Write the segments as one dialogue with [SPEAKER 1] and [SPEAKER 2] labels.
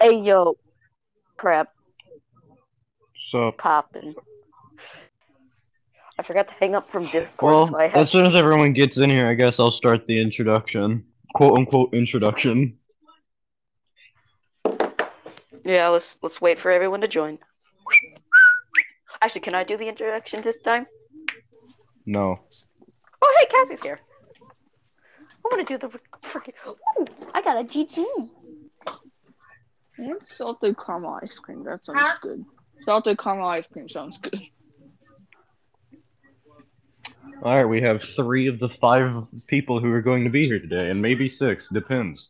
[SPEAKER 1] Hey yo, crap
[SPEAKER 2] So,
[SPEAKER 1] popping. I forgot to hang up from Discord,
[SPEAKER 2] well,
[SPEAKER 1] so I
[SPEAKER 2] as
[SPEAKER 1] have
[SPEAKER 2] soon as everyone gets in here, I guess I'll start the introduction. Quote unquote introduction.
[SPEAKER 1] yeah. Let's let's wait for everyone to join. Actually, can I do the introduction this time?
[SPEAKER 2] No.
[SPEAKER 1] Oh hey, Cassie's here. I want to do the freaking. Ooh, I got a GG.
[SPEAKER 3] I want salted caramel ice cream. That sounds good. Salted caramel ice cream sounds good.
[SPEAKER 2] All right, we have three of the five people who are going to be here today, and maybe six, depends.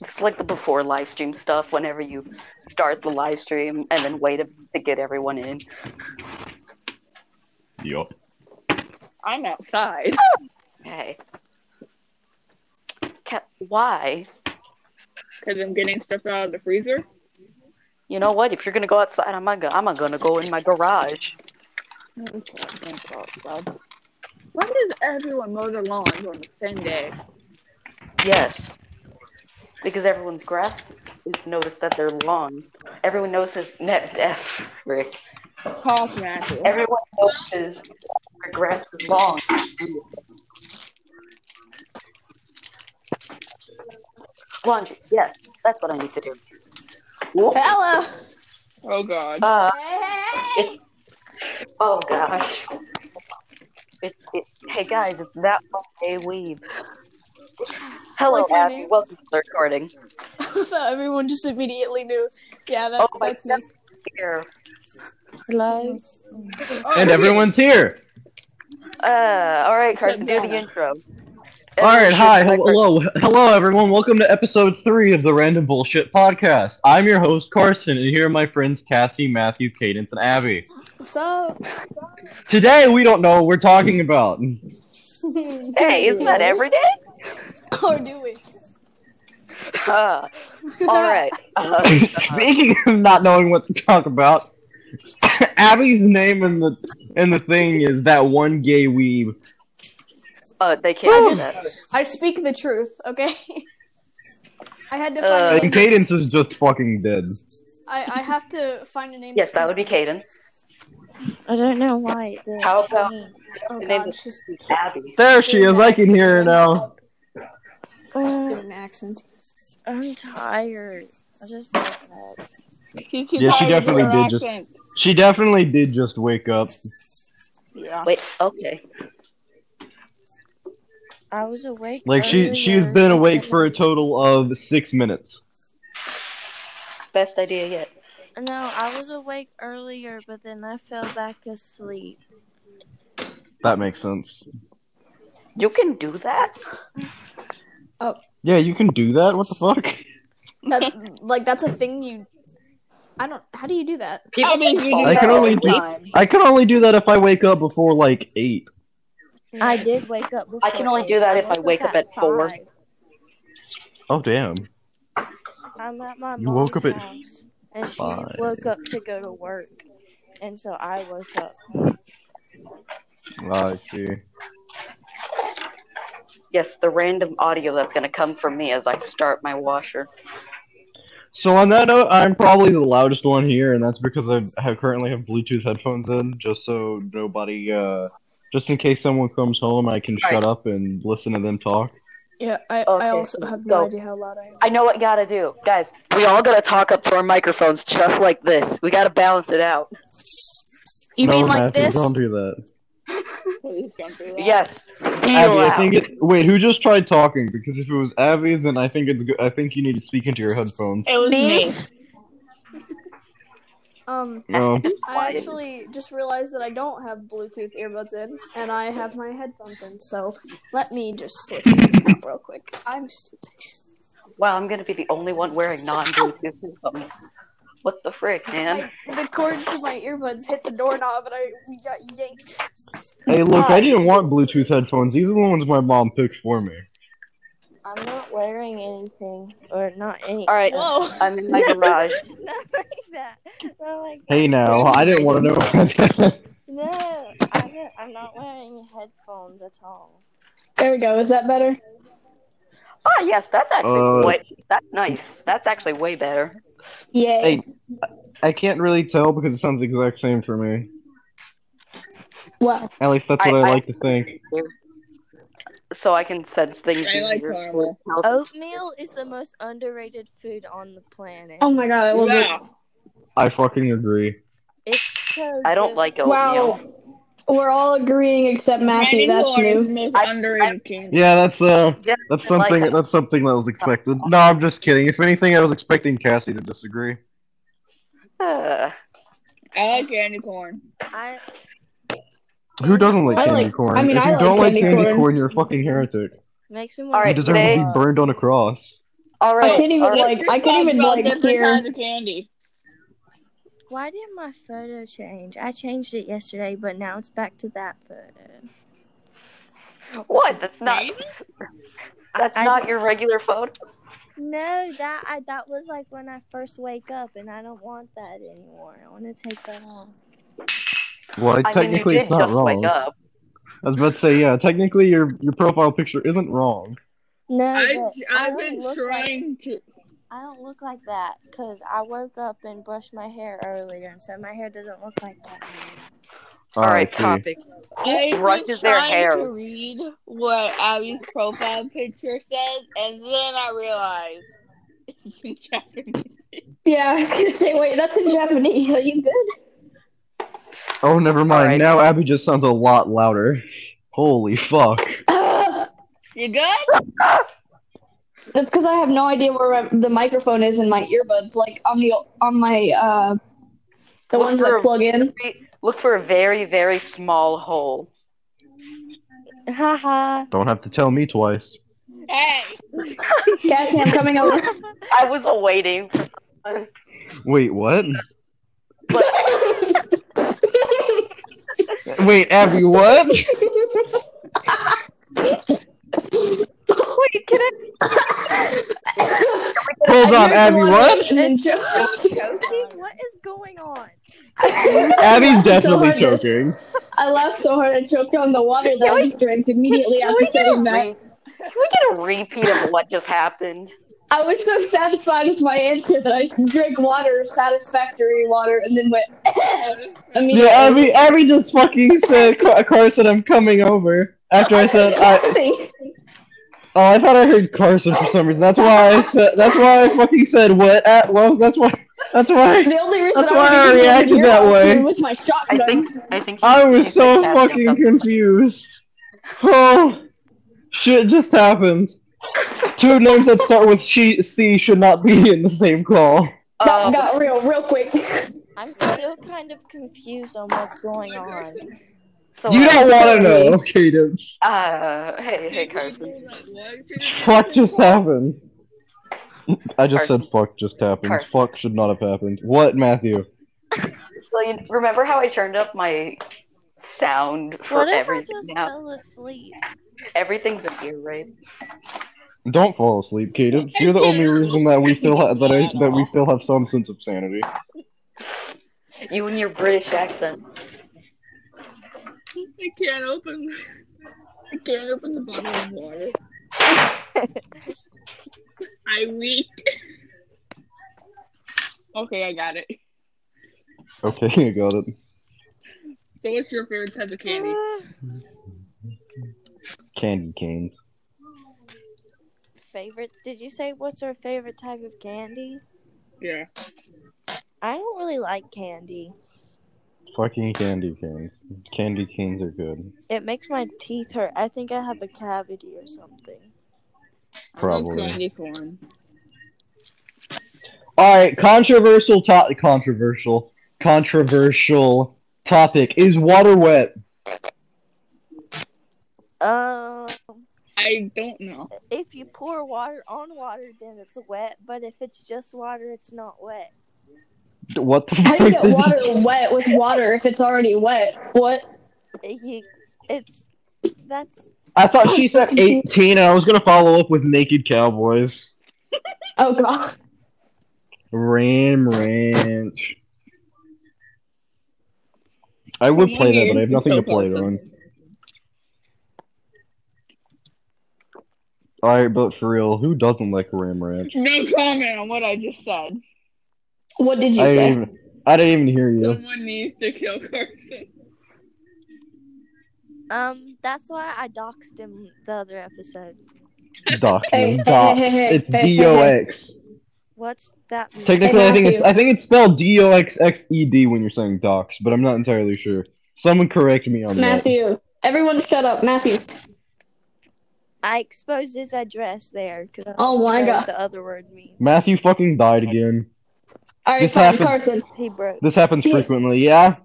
[SPEAKER 1] It's like the before live stream stuff. Whenever you start the live stream and then wait to get everyone in.
[SPEAKER 2] Yup.
[SPEAKER 3] I'm outside.
[SPEAKER 1] Hey. Ca- why?
[SPEAKER 3] Because I'm getting stuff out of the freezer.
[SPEAKER 1] You know what? If you're gonna go outside, I'm gonna I'm gonna go in my garage.
[SPEAKER 3] Okay, I'm gonna go outside. Why does everyone mow their lawns on the same day?
[SPEAKER 1] Yes. Because everyone's grass is noticed that they're long. Everyone notices net death, Rick.
[SPEAKER 3] Call from Matthew.
[SPEAKER 1] Everyone notices their grass is long. Laundry, yes, that's what I need to do. Whoop.
[SPEAKER 4] Hello.
[SPEAKER 3] Oh God.
[SPEAKER 1] Uh,
[SPEAKER 4] Hey,
[SPEAKER 1] it's oh gosh. It's it, hey guys, it's that one day weave. Hello,
[SPEAKER 4] Like my
[SPEAKER 1] Abby.
[SPEAKER 4] name?
[SPEAKER 1] Welcome to the recording.
[SPEAKER 4] so everyone just immediately knew. Yeah, that's
[SPEAKER 1] oh my
[SPEAKER 4] that's me.
[SPEAKER 1] God, here.
[SPEAKER 4] Hello.
[SPEAKER 3] Oh,
[SPEAKER 2] And everyone's here.
[SPEAKER 1] Uh, all right, Carson, do the
[SPEAKER 3] Banana.
[SPEAKER 1] intro.
[SPEAKER 2] All right, hi, hello, hello, everyone. Welcome to episode three of the Random Bullshit Podcast. I'm your host Carson, and here are my friends Cassie, Matthew, Cadence, and Abby.
[SPEAKER 4] What's up?
[SPEAKER 2] Today, we don't know what we're talking about.
[SPEAKER 1] Hey, isn't that every day?
[SPEAKER 4] or do we?
[SPEAKER 1] Uh, all right. Uh,
[SPEAKER 2] Speaking of not knowing what to talk about, Abby's name in the in the thing is that one gay weeb.
[SPEAKER 1] uh, they can't do
[SPEAKER 4] Woo.
[SPEAKER 1] that.
[SPEAKER 4] I speak the truth, okay? I had to find.
[SPEAKER 1] Uh,
[SPEAKER 4] a name
[SPEAKER 2] And Cadence is just fucking dead.
[SPEAKER 4] that's- I I have to find a name.
[SPEAKER 1] Yes, that
[SPEAKER 4] that's-
[SPEAKER 1] would be Cadence.
[SPEAKER 5] I don't know why. the-
[SPEAKER 1] How about
[SPEAKER 4] Oh
[SPEAKER 1] the name
[SPEAKER 4] God,
[SPEAKER 1] is
[SPEAKER 4] she's
[SPEAKER 1] Abby?
[SPEAKER 2] There she is. I can hear her now.
[SPEAKER 4] Just
[SPEAKER 5] Uh,
[SPEAKER 4] do an accent.
[SPEAKER 5] I'm tired. I just feel bad.
[SPEAKER 3] She's too
[SPEAKER 2] Yeah, she
[SPEAKER 3] tired to do
[SPEAKER 2] definitely
[SPEAKER 3] her
[SPEAKER 2] did just-
[SPEAKER 3] accent.
[SPEAKER 2] She definitely did just wake up.
[SPEAKER 3] Yeah.
[SPEAKER 1] Wait, okay.
[SPEAKER 5] I was awake.
[SPEAKER 2] Like she she's
[SPEAKER 5] earlier.
[SPEAKER 2] been awake for a total of six minutes.
[SPEAKER 1] Best idea yet.
[SPEAKER 5] No, I was awake earlier, but then I fell back asleep.
[SPEAKER 2] That makes sense.
[SPEAKER 1] You can do that?
[SPEAKER 2] Yeah, you can do that. What the fuck?
[SPEAKER 4] That's like that's a thing you. I don't. How do you do that?
[SPEAKER 1] People
[SPEAKER 3] I mean, you
[SPEAKER 1] fall
[SPEAKER 3] do
[SPEAKER 2] I can
[SPEAKER 1] back
[SPEAKER 2] only
[SPEAKER 1] asleep.
[SPEAKER 2] do- I can only do that if I wake up before like eight.
[SPEAKER 5] I did wake up. Before
[SPEAKER 1] I can only do that if I wake up at four.
[SPEAKER 5] five.
[SPEAKER 2] Oh damn.
[SPEAKER 5] I'm at my
[SPEAKER 2] You
[SPEAKER 5] mom's
[SPEAKER 2] woke up at
[SPEAKER 5] house, and she
[SPEAKER 2] five.
[SPEAKER 5] woke up to go to work, and so I woke up.
[SPEAKER 2] Ah, I see.
[SPEAKER 1] Yes, the random audio that's going to come from me as I start my washer.
[SPEAKER 2] So on that note, I'm probably the loudest one here, and that's because I have currently have Bluetooth headphones in, just so nobody, uh, just in case someone comes home, I can shut
[SPEAKER 1] Alright.
[SPEAKER 2] up and listen to them talk.
[SPEAKER 4] Yeah, I
[SPEAKER 1] Okay, also
[SPEAKER 4] have
[SPEAKER 1] no go.
[SPEAKER 4] idea how loud I am.
[SPEAKER 1] I know what gotta do. Guys, we all gotta talk up to our microphones just like this. We gotta balance it out.
[SPEAKER 4] You
[SPEAKER 2] No,
[SPEAKER 4] mean like
[SPEAKER 2] Matthew,
[SPEAKER 4] this?
[SPEAKER 2] Don't do that.
[SPEAKER 3] Please don't do that.
[SPEAKER 1] Yes. Be
[SPEAKER 2] Abby, I
[SPEAKER 1] loud.
[SPEAKER 2] think it. Wait, who just tried talking? Because if it was Abby, then I think it's. Go- I think you need to speak into your headphones.
[SPEAKER 3] It was
[SPEAKER 4] Me?
[SPEAKER 3] me.
[SPEAKER 4] Um,
[SPEAKER 2] No.
[SPEAKER 4] I actually just realized that I don't have Bluetooth earbuds in, and I have my headphones in. So let me just switch these out real quick. I'm stupid.
[SPEAKER 1] Wow, I'm gonna be the only one wearing non-Bluetooth headphones. What the frick, man?
[SPEAKER 4] Like the cord to my earbuds hit the doorknob, and I we got yanked.
[SPEAKER 2] Hey, look, I
[SPEAKER 1] Hi.
[SPEAKER 2] didn't want Bluetooth headphones. These are the ones my mom picked for me.
[SPEAKER 5] I'm not wearing anything, or not any.
[SPEAKER 1] All right,
[SPEAKER 4] Whoa!
[SPEAKER 1] I'm in my garage.
[SPEAKER 5] not like that. Not like
[SPEAKER 2] Hey, now I didn't want to know.
[SPEAKER 5] No, I don't- I'm not wearing headphones at all.
[SPEAKER 4] There we go. Is that better?
[SPEAKER 1] Oh yes, that's actually
[SPEAKER 2] Uh,
[SPEAKER 1] way, that's nice. That's actually way better.
[SPEAKER 4] Yeah.
[SPEAKER 2] Hey. I can't really tell because it sounds the exact same for me.
[SPEAKER 4] Wow.
[SPEAKER 2] At least that's what
[SPEAKER 1] I-
[SPEAKER 2] I,
[SPEAKER 1] I-
[SPEAKER 2] like to think.
[SPEAKER 1] So I can sense things.
[SPEAKER 3] I like
[SPEAKER 1] easier.
[SPEAKER 3] caramel.
[SPEAKER 1] Oh.
[SPEAKER 5] Oatmeal is the most underrated food on the planet.
[SPEAKER 4] Oh my god, I love
[SPEAKER 3] Yeah.
[SPEAKER 2] I fucking agree.
[SPEAKER 5] It's so.
[SPEAKER 1] I don't
[SPEAKER 5] good.
[SPEAKER 1] like
[SPEAKER 4] it.
[SPEAKER 1] oatmeal.
[SPEAKER 4] Wow. We're all agreeing except Matthew.
[SPEAKER 3] Randy
[SPEAKER 4] That's
[SPEAKER 3] Moore is
[SPEAKER 4] new.
[SPEAKER 3] the most
[SPEAKER 1] I-
[SPEAKER 3] underrated king.
[SPEAKER 2] Yeah, that's uh,
[SPEAKER 1] Yeah,
[SPEAKER 2] that's
[SPEAKER 1] I like Oh.
[SPEAKER 2] something.
[SPEAKER 1] that.
[SPEAKER 2] that's something that was expected. No, I'm just kidding. If anything, I was expecting Cassie to disagree.
[SPEAKER 1] Uh,
[SPEAKER 3] I like candy corn.
[SPEAKER 5] I
[SPEAKER 2] Who doesn't like
[SPEAKER 4] I
[SPEAKER 2] candy
[SPEAKER 4] like-
[SPEAKER 2] corn?
[SPEAKER 4] I mean,
[SPEAKER 2] if
[SPEAKER 4] I
[SPEAKER 2] you
[SPEAKER 4] like
[SPEAKER 2] don't like
[SPEAKER 4] candy
[SPEAKER 2] candy
[SPEAKER 4] corn.
[SPEAKER 2] corn, you're a fucking heretic.
[SPEAKER 5] makes me want.
[SPEAKER 1] All
[SPEAKER 2] you
[SPEAKER 1] right,
[SPEAKER 2] deserve
[SPEAKER 1] today-
[SPEAKER 2] to be burned on a cross.
[SPEAKER 1] all right.
[SPEAKER 4] I can't even
[SPEAKER 1] all right.
[SPEAKER 4] like. I can't even
[SPEAKER 3] About
[SPEAKER 4] like
[SPEAKER 3] different
[SPEAKER 4] hear.
[SPEAKER 3] kinds of candy.
[SPEAKER 5] Why did my photo change? I changed it yesterday, but now it's back to that photo.
[SPEAKER 1] What? That's not.
[SPEAKER 3] Maybe?
[SPEAKER 1] That's
[SPEAKER 5] I-
[SPEAKER 1] not your regular photo.
[SPEAKER 5] No, that I that was like when I first wake up, and I don't want that anymore. I want to take that off.
[SPEAKER 2] Well,
[SPEAKER 1] I mean, you
[SPEAKER 2] technically,
[SPEAKER 1] did
[SPEAKER 2] it's not
[SPEAKER 1] just
[SPEAKER 2] wrong.
[SPEAKER 1] wake up.
[SPEAKER 2] I was about to say, yeah, technically, your your profile picture isn't wrong.
[SPEAKER 5] No,
[SPEAKER 3] I,
[SPEAKER 5] but I
[SPEAKER 3] I've
[SPEAKER 5] don't
[SPEAKER 3] been
[SPEAKER 5] look Like,
[SPEAKER 3] trying to.
[SPEAKER 5] I don't look like that because I woke up and brushed my hair earlier, and so my hair doesn't look like that. anymore.
[SPEAKER 1] All right,
[SPEAKER 2] Ah, I see.
[SPEAKER 1] topic.
[SPEAKER 3] I've been
[SPEAKER 1] brushes their
[SPEAKER 3] trying
[SPEAKER 1] hair?
[SPEAKER 3] to read what Abby's profile picture says, and then I realized it's in Japanese.
[SPEAKER 4] Yeah, I was gonna say. Wait, that's in Japanese. Are you good?
[SPEAKER 2] Oh, never mind.
[SPEAKER 1] right.
[SPEAKER 2] Now Abby just sounds a lot louder. Holy fuck.
[SPEAKER 4] Ugh.
[SPEAKER 3] You good?
[SPEAKER 4] Uh, That's because I have no idea where my, the microphone is in my earbuds, like on the on my uh the
[SPEAKER 1] Look
[SPEAKER 4] ones
[SPEAKER 1] for
[SPEAKER 4] that
[SPEAKER 1] a-
[SPEAKER 4] plug in.
[SPEAKER 1] Look for a very, very small hole.
[SPEAKER 5] Haha.
[SPEAKER 2] Don't have to tell me twice.
[SPEAKER 3] Hey,
[SPEAKER 4] Cassie, I'm coming over.
[SPEAKER 1] I was awaiting. for someone,
[SPEAKER 2] Wait, what?
[SPEAKER 1] But
[SPEAKER 2] Wait, Abby, what?
[SPEAKER 1] wait, can I?
[SPEAKER 2] Hold on, Abby, what?
[SPEAKER 4] And then Joe-
[SPEAKER 5] Steve, what is going on?
[SPEAKER 2] Abby's
[SPEAKER 4] So
[SPEAKER 2] definitely
[SPEAKER 4] hard to-
[SPEAKER 2] joking.
[SPEAKER 4] I laughed so hard I choked on the water that
[SPEAKER 1] Can
[SPEAKER 4] I
[SPEAKER 1] we-
[SPEAKER 4] just drank immediately
[SPEAKER 1] Can
[SPEAKER 4] after
[SPEAKER 1] we, get a
[SPEAKER 4] saying
[SPEAKER 1] re- can
[SPEAKER 4] that.
[SPEAKER 1] we get a repeat of what just happened?
[SPEAKER 4] I was so satisfied with my answer that I drank water, satisfactory water, and then went immediately.
[SPEAKER 2] Yeah, Abby, Abby just fucking said, Car- Carson, I'm coming over. After I said, I,
[SPEAKER 4] Cassie.
[SPEAKER 2] oh, I thought I heard Carson for some reason. That's why I said, that's why I fucking said, what? Uh, well, that's why, that's why
[SPEAKER 4] The only reason
[SPEAKER 2] That's
[SPEAKER 4] I
[SPEAKER 2] why I
[SPEAKER 4] was even
[SPEAKER 2] reacted
[SPEAKER 4] near
[SPEAKER 2] that
[SPEAKER 4] was
[SPEAKER 2] way.
[SPEAKER 4] With my
[SPEAKER 1] I
[SPEAKER 4] shotgun.
[SPEAKER 1] think. I think. he-
[SPEAKER 2] I
[SPEAKER 1] he
[SPEAKER 2] was
[SPEAKER 1] said
[SPEAKER 2] so
[SPEAKER 1] Cassie
[SPEAKER 2] fucking
[SPEAKER 1] something.
[SPEAKER 2] confused. Oh, shit just happened. Two names that start with she, C should not be in the same call.
[SPEAKER 4] that
[SPEAKER 1] Um,
[SPEAKER 4] got real, real quick.
[SPEAKER 5] I'm still kind of confused on what's going on.
[SPEAKER 1] so
[SPEAKER 2] You
[SPEAKER 1] uh,
[SPEAKER 2] don't want to
[SPEAKER 4] Absolutely.
[SPEAKER 2] know, Cadence.
[SPEAKER 1] Uh, hey, hey, Carson.
[SPEAKER 2] Fuck just happened. I just
[SPEAKER 1] Carson.
[SPEAKER 2] said fuck just happened.
[SPEAKER 1] Carson.
[SPEAKER 2] Fuck should not have happened. What, Matthew?
[SPEAKER 1] So you remember how I turned up my sound for
[SPEAKER 5] What if I
[SPEAKER 1] everything?
[SPEAKER 5] just
[SPEAKER 1] Now
[SPEAKER 5] fell asleep?
[SPEAKER 1] everything's in ear, right?
[SPEAKER 2] Don't fall asleep, Cadence. You're the only reason that we still have that I, that we still have some sense of sanity.
[SPEAKER 1] You and your British accent.
[SPEAKER 3] I can't open. I can't open the bottle of water. I weak. Okay, I got it.
[SPEAKER 2] Okay, you got it.
[SPEAKER 3] So, what's your favorite type of candy?
[SPEAKER 5] Uh,
[SPEAKER 2] Candy canes.
[SPEAKER 5] favorite? Did you say what's our favorite type of candy?
[SPEAKER 3] Yeah.
[SPEAKER 5] I don't really like candy.
[SPEAKER 2] Fucking candy canes. Candy canes are good.
[SPEAKER 5] It makes my teeth hurt. I think I have a cavity or something.
[SPEAKER 2] Probably.
[SPEAKER 3] I love candy corn.
[SPEAKER 2] All right, controversial to- controversial controversial topic is water wet.
[SPEAKER 5] Um,
[SPEAKER 3] I don't know.
[SPEAKER 5] if you pour water on water, then it's wet. But if it's just water, it's not wet.
[SPEAKER 2] What the
[SPEAKER 4] How
[SPEAKER 2] fuck?
[SPEAKER 4] do you get
[SPEAKER 2] did-
[SPEAKER 4] water wet with water if it's already wet? What?
[SPEAKER 5] You, it's that's
[SPEAKER 2] I thought she said 18 and I was going to follow up with naked cowboys.
[SPEAKER 4] Oh god.
[SPEAKER 2] Ram Ranch. I would play
[SPEAKER 3] Come
[SPEAKER 2] that,
[SPEAKER 3] here.
[SPEAKER 2] but I have nothing to
[SPEAKER 3] Profile
[SPEAKER 2] play it on.
[SPEAKER 3] picture.
[SPEAKER 2] Alright, but for real, who doesn't like Ram Ranch?
[SPEAKER 3] No comment on what I just said.
[SPEAKER 4] What did you
[SPEAKER 2] I
[SPEAKER 4] say?
[SPEAKER 2] didn't, even, I didn't even hear you.
[SPEAKER 3] Someone needs to kill Carson.
[SPEAKER 5] Um, that's why I doxed him the other episode.
[SPEAKER 2] Dox.
[SPEAKER 4] Hey, hey,
[SPEAKER 2] Dox.
[SPEAKER 4] hey, hey,
[SPEAKER 2] It's
[SPEAKER 4] hey, hey, hey.
[SPEAKER 2] D O X.
[SPEAKER 5] What's that? Mean?
[SPEAKER 2] Technically,
[SPEAKER 4] Hey,
[SPEAKER 2] I think it's
[SPEAKER 4] Matthew.
[SPEAKER 2] I think it's spelled D O X X E D when you're saying docs, but I'm not entirely sure. Someone correct me on
[SPEAKER 4] Matthew. Everyone shut up. Matthew.
[SPEAKER 5] I exposed his address there because
[SPEAKER 4] Oh my
[SPEAKER 5] what
[SPEAKER 4] god.
[SPEAKER 5] the other word means.
[SPEAKER 2] that. Matthew fucking died again.
[SPEAKER 4] Alright,
[SPEAKER 2] This
[SPEAKER 4] fine,
[SPEAKER 2] happened.
[SPEAKER 4] Carson.
[SPEAKER 5] He broke.
[SPEAKER 2] This happens
[SPEAKER 4] Yes.
[SPEAKER 2] frequently, yeah?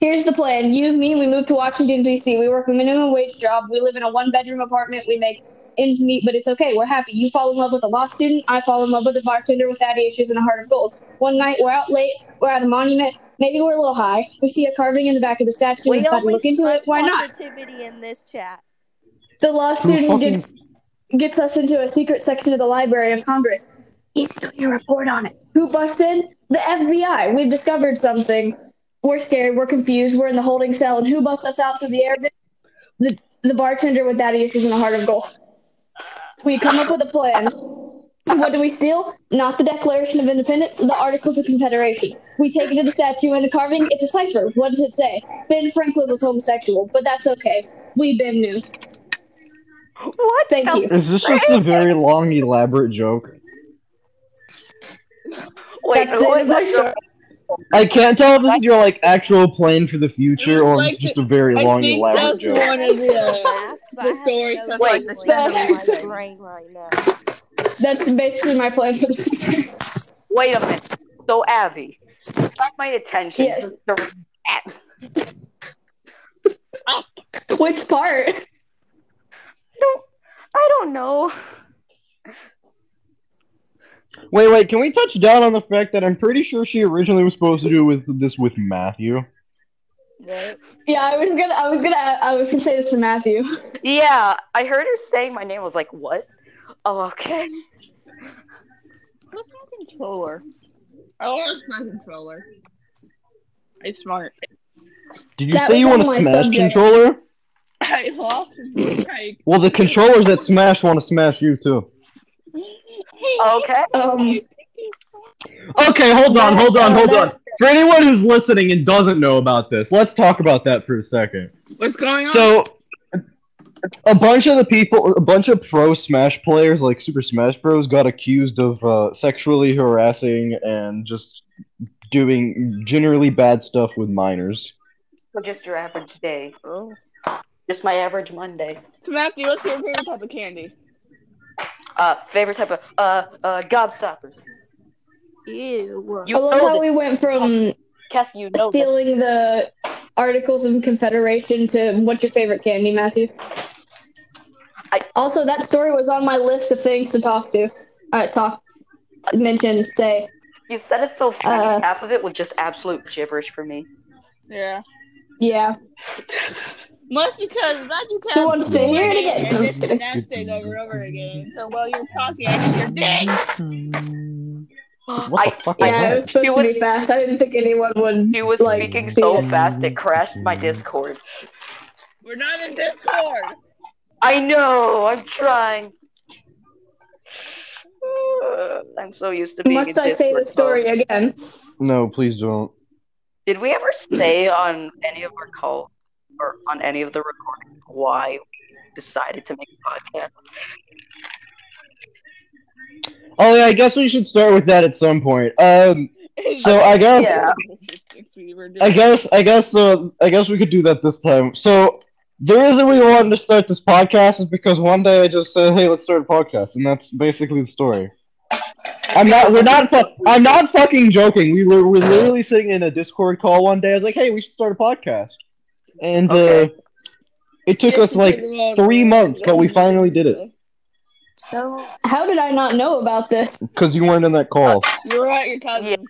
[SPEAKER 4] Here's the plan. You and me, we move to Washington, D.C. We work a minimum wage job. We live in a one bedroom apartment. We make ends meet, but it's okay. We're happy. You fall in love with a law student. I fall in love with a bartender with daddy issues and a heart of gold. One night, we're out late. We're at a monument. Maybe we're a little high. We see a carving in the back of the statue and
[SPEAKER 5] We
[SPEAKER 4] decide to
[SPEAKER 5] always
[SPEAKER 4] look into
[SPEAKER 5] spread
[SPEAKER 4] it. Why not?
[SPEAKER 5] Positivity in this chat.
[SPEAKER 4] The law
[SPEAKER 2] Who
[SPEAKER 4] student
[SPEAKER 2] fucking-
[SPEAKER 4] gets, gets us into a secret section of the Library of Congress. He's doing a report on it. Who busts in? The FBI. We've discovered something. We're scared. We're confused. We're in the holding cell. And who busts us out through the air? The, the bartender with daddy issues and a heart of gold. We come up with a plan. What do we steal? Not the Declaration of Independence, the Articles of Confederation. We take it to the statue and the carving. It's a cipher. What does it say? Ben Franklin was homosexual, but that's okay. We Ben knew.
[SPEAKER 1] What?
[SPEAKER 4] Thank
[SPEAKER 1] the-
[SPEAKER 4] you.
[SPEAKER 2] Is this just a very long, elaborate joke?
[SPEAKER 1] Wait,
[SPEAKER 4] That's the
[SPEAKER 1] what?
[SPEAKER 4] end of my story.
[SPEAKER 2] I can't tell if this is your like actual plan for the future or
[SPEAKER 3] Like
[SPEAKER 2] it's just a very
[SPEAKER 3] I
[SPEAKER 2] long,
[SPEAKER 3] think
[SPEAKER 2] elaborate
[SPEAKER 3] that's the
[SPEAKER 2] joke.
[SPEAKER 3] one is the
[SPEAKER 5] Laugh, but I
[SPEAKER 3] the
[SPEAKER 5] have
[SPEAKER 3] story
[SPEAKER 5] no
[SPEAKER 3] says
[SPEAKER 5] joy
[SPEAKER 3] like
[SPEAKER 5] in
[SPEAKER 3] the
[SPEAKER 5] my
[SPEAKER 3] seven.
[SPEAKER 5] brain right now.
[SPEAKER 4] That's basically my plan for this.
[SPEAKER 1] Wait a minute. So, Abby, stop my attention.
[SPEAKER 4] Yes.
[SPEAKER 1] The-
[SPEAKER 4] Which part?
[SPEAKER 1] don't, I don't know.
[SPEAKER 2] Wait, wait, can we touch down on the fact that I'm pretty sure she originally was supposed to do with this with Matthew?
[SPEAKER 5] What?
[SPEAKER 4] Yeah, I was gonna, I was gonna, I was gonna say this to Matthew.
[SPEAKER 1] Yeah, I heard her saying my name. I was like, what? Oh, okay.
[SPEAKER 3] What's my controller? I lost my controller. It's smart.
[SPEAKER 2] Did you
[SPEAKER 4] That
[SPEAKER 2] say
[SPEAKER 4] was
[SPEAKER 2] you want
[SPEAKER 4] on
[SPEAKER 2] to
[SPEAKER 4] my
[SPEAKER 2] smash
[SPEAKER 4] subject.
[SPEAKER 2] controller?
[SPEAKER 3] I lost it. I
[SPEAKER 2] Well, the controllers that smash want to smash you too.
[SPEAKER 1] Okay.
[SPEAKER 4] Um,
[SPEAKER 2] Okay, hold on, hold on,
[SPEAKER 4] Uh,
[SPEAKER 2] hold
[SPEAKER 4] that-
[SPEAKER 2] on. For anyone who's listening and doesn't know about this, let's talk about that for a second.
[SPEAKER 3] What's going on?
[SPEAKER 2] So, a bunch of the people, a bunch of pro Smash players like Super Smash Bros. got accused of uh, sexually harassing and just doing generally bad stuff with minors.
[SPEAKER 1] So just your average day.
[SPEAKER 3] So,
[SPEAKER 1] Just my average Monday.
[SPEAKER 3] Matthew, what's your favorite type of candy?
[SPEAKER 1] Uh, favorite type of uh uh gobstoppers.
[SPEAKER 5] Ew.
[SPEAKER 1] You
[SPEAKER 4] I love
[SPEAKER 1] know
[SPEAKER 4] how
[SPEAKER 1] this.
[SPEAKER 4] we went from
[SPEAKER 1] Cass, you know this.
[SPEAKER 4] stealing the Articles of Confederation to what's your favorite candy, Matthew?
[SPEAKER 1] I-
[SPEAKER 4] also, that story was on my list of things to talk to, uh, talk, mention, say.
[SPEAKER 1] You said it so funny.
[SPEAKER 4] Uh,
[SPEAKER 1] Half of it was just absolute gibberish for me.
[SPEAKER 3] Yeah.
[SPEAKER 4] Yeah,
[SPEAKER 3] Mostly because Matthew
[SPEAKER 4] who
[SPEAKER 3] can't
[SPEAKER 4] wants to hear it again?
[SPEAKER 3] and just the next thing over and over again. So while you're talking, I think you're dead.
[SPEAKER 2] What the
[SPEAKER 1] Mm-hmm. I-
[SPEAKER 2] fuck
[SPEAKER 4] Yeah, it was
[SPEAKER 2] is that?
[SPEAKER 4] supposed
[SPEAKER 1] It was-
[SPEAKER 4] to be fast. I didn't think anyone would.
[SPEAKER 1] She was
[SPEAKER 4] Like,
[SPEAKER 1] speaking
[SPEAKER 4] the-
[SPEAKER 1] so fast it crashed my Discord.
[SPEAKER 3] We're not in Discord.
[SPEAKER 1] I know. I'm trying. Uh, I'm so used to being.
[SPEAKER 4] Must
[SPEAKER 1] in
[SPEAKER 4] I say the
[SPEAKER 1] Discord
[SPEAKER 4] story
[SPEAKER 1] mode.
[SPEAKER 4] again?
[SPEAKER 2] No, please don't.
[SPEAKER 1] Did we ever say on any of our call or on any of the recordings why we decided to make a podcast?
[SPEAKER 2] Oh yeah, I guess we should start with that at some point. Um, So, I guess-
[SPEAKER 1] Yeah.
[SPEAKER 3] We were
[SPEAKER 2] I
[SPEAKER 3] doing-
[SPEAKER 2] guess, I guess, uh, I guess we could do that this time. So the reason we wanted to start this podcast is because one day I just said, "Hey, let's start a podcast," and that's basically the story. I'm not. We're not. Fu- I'm not fucking joking. We were. We're literally sitting in a Discord call one day. I was like, "Hey, we should start a podcast," and
[SPEAKER 1] Okay.
[SPEAKER 2] uh, it took us like three months, but we finally did it.
[SPEAKER 5] So
[SPEAKER 1] uh,
[SPEAKER 4] How did I not know about this?
[SPEAKER 2] because you weren't in that call.
[SPEAKER 3] You were at your cousin's.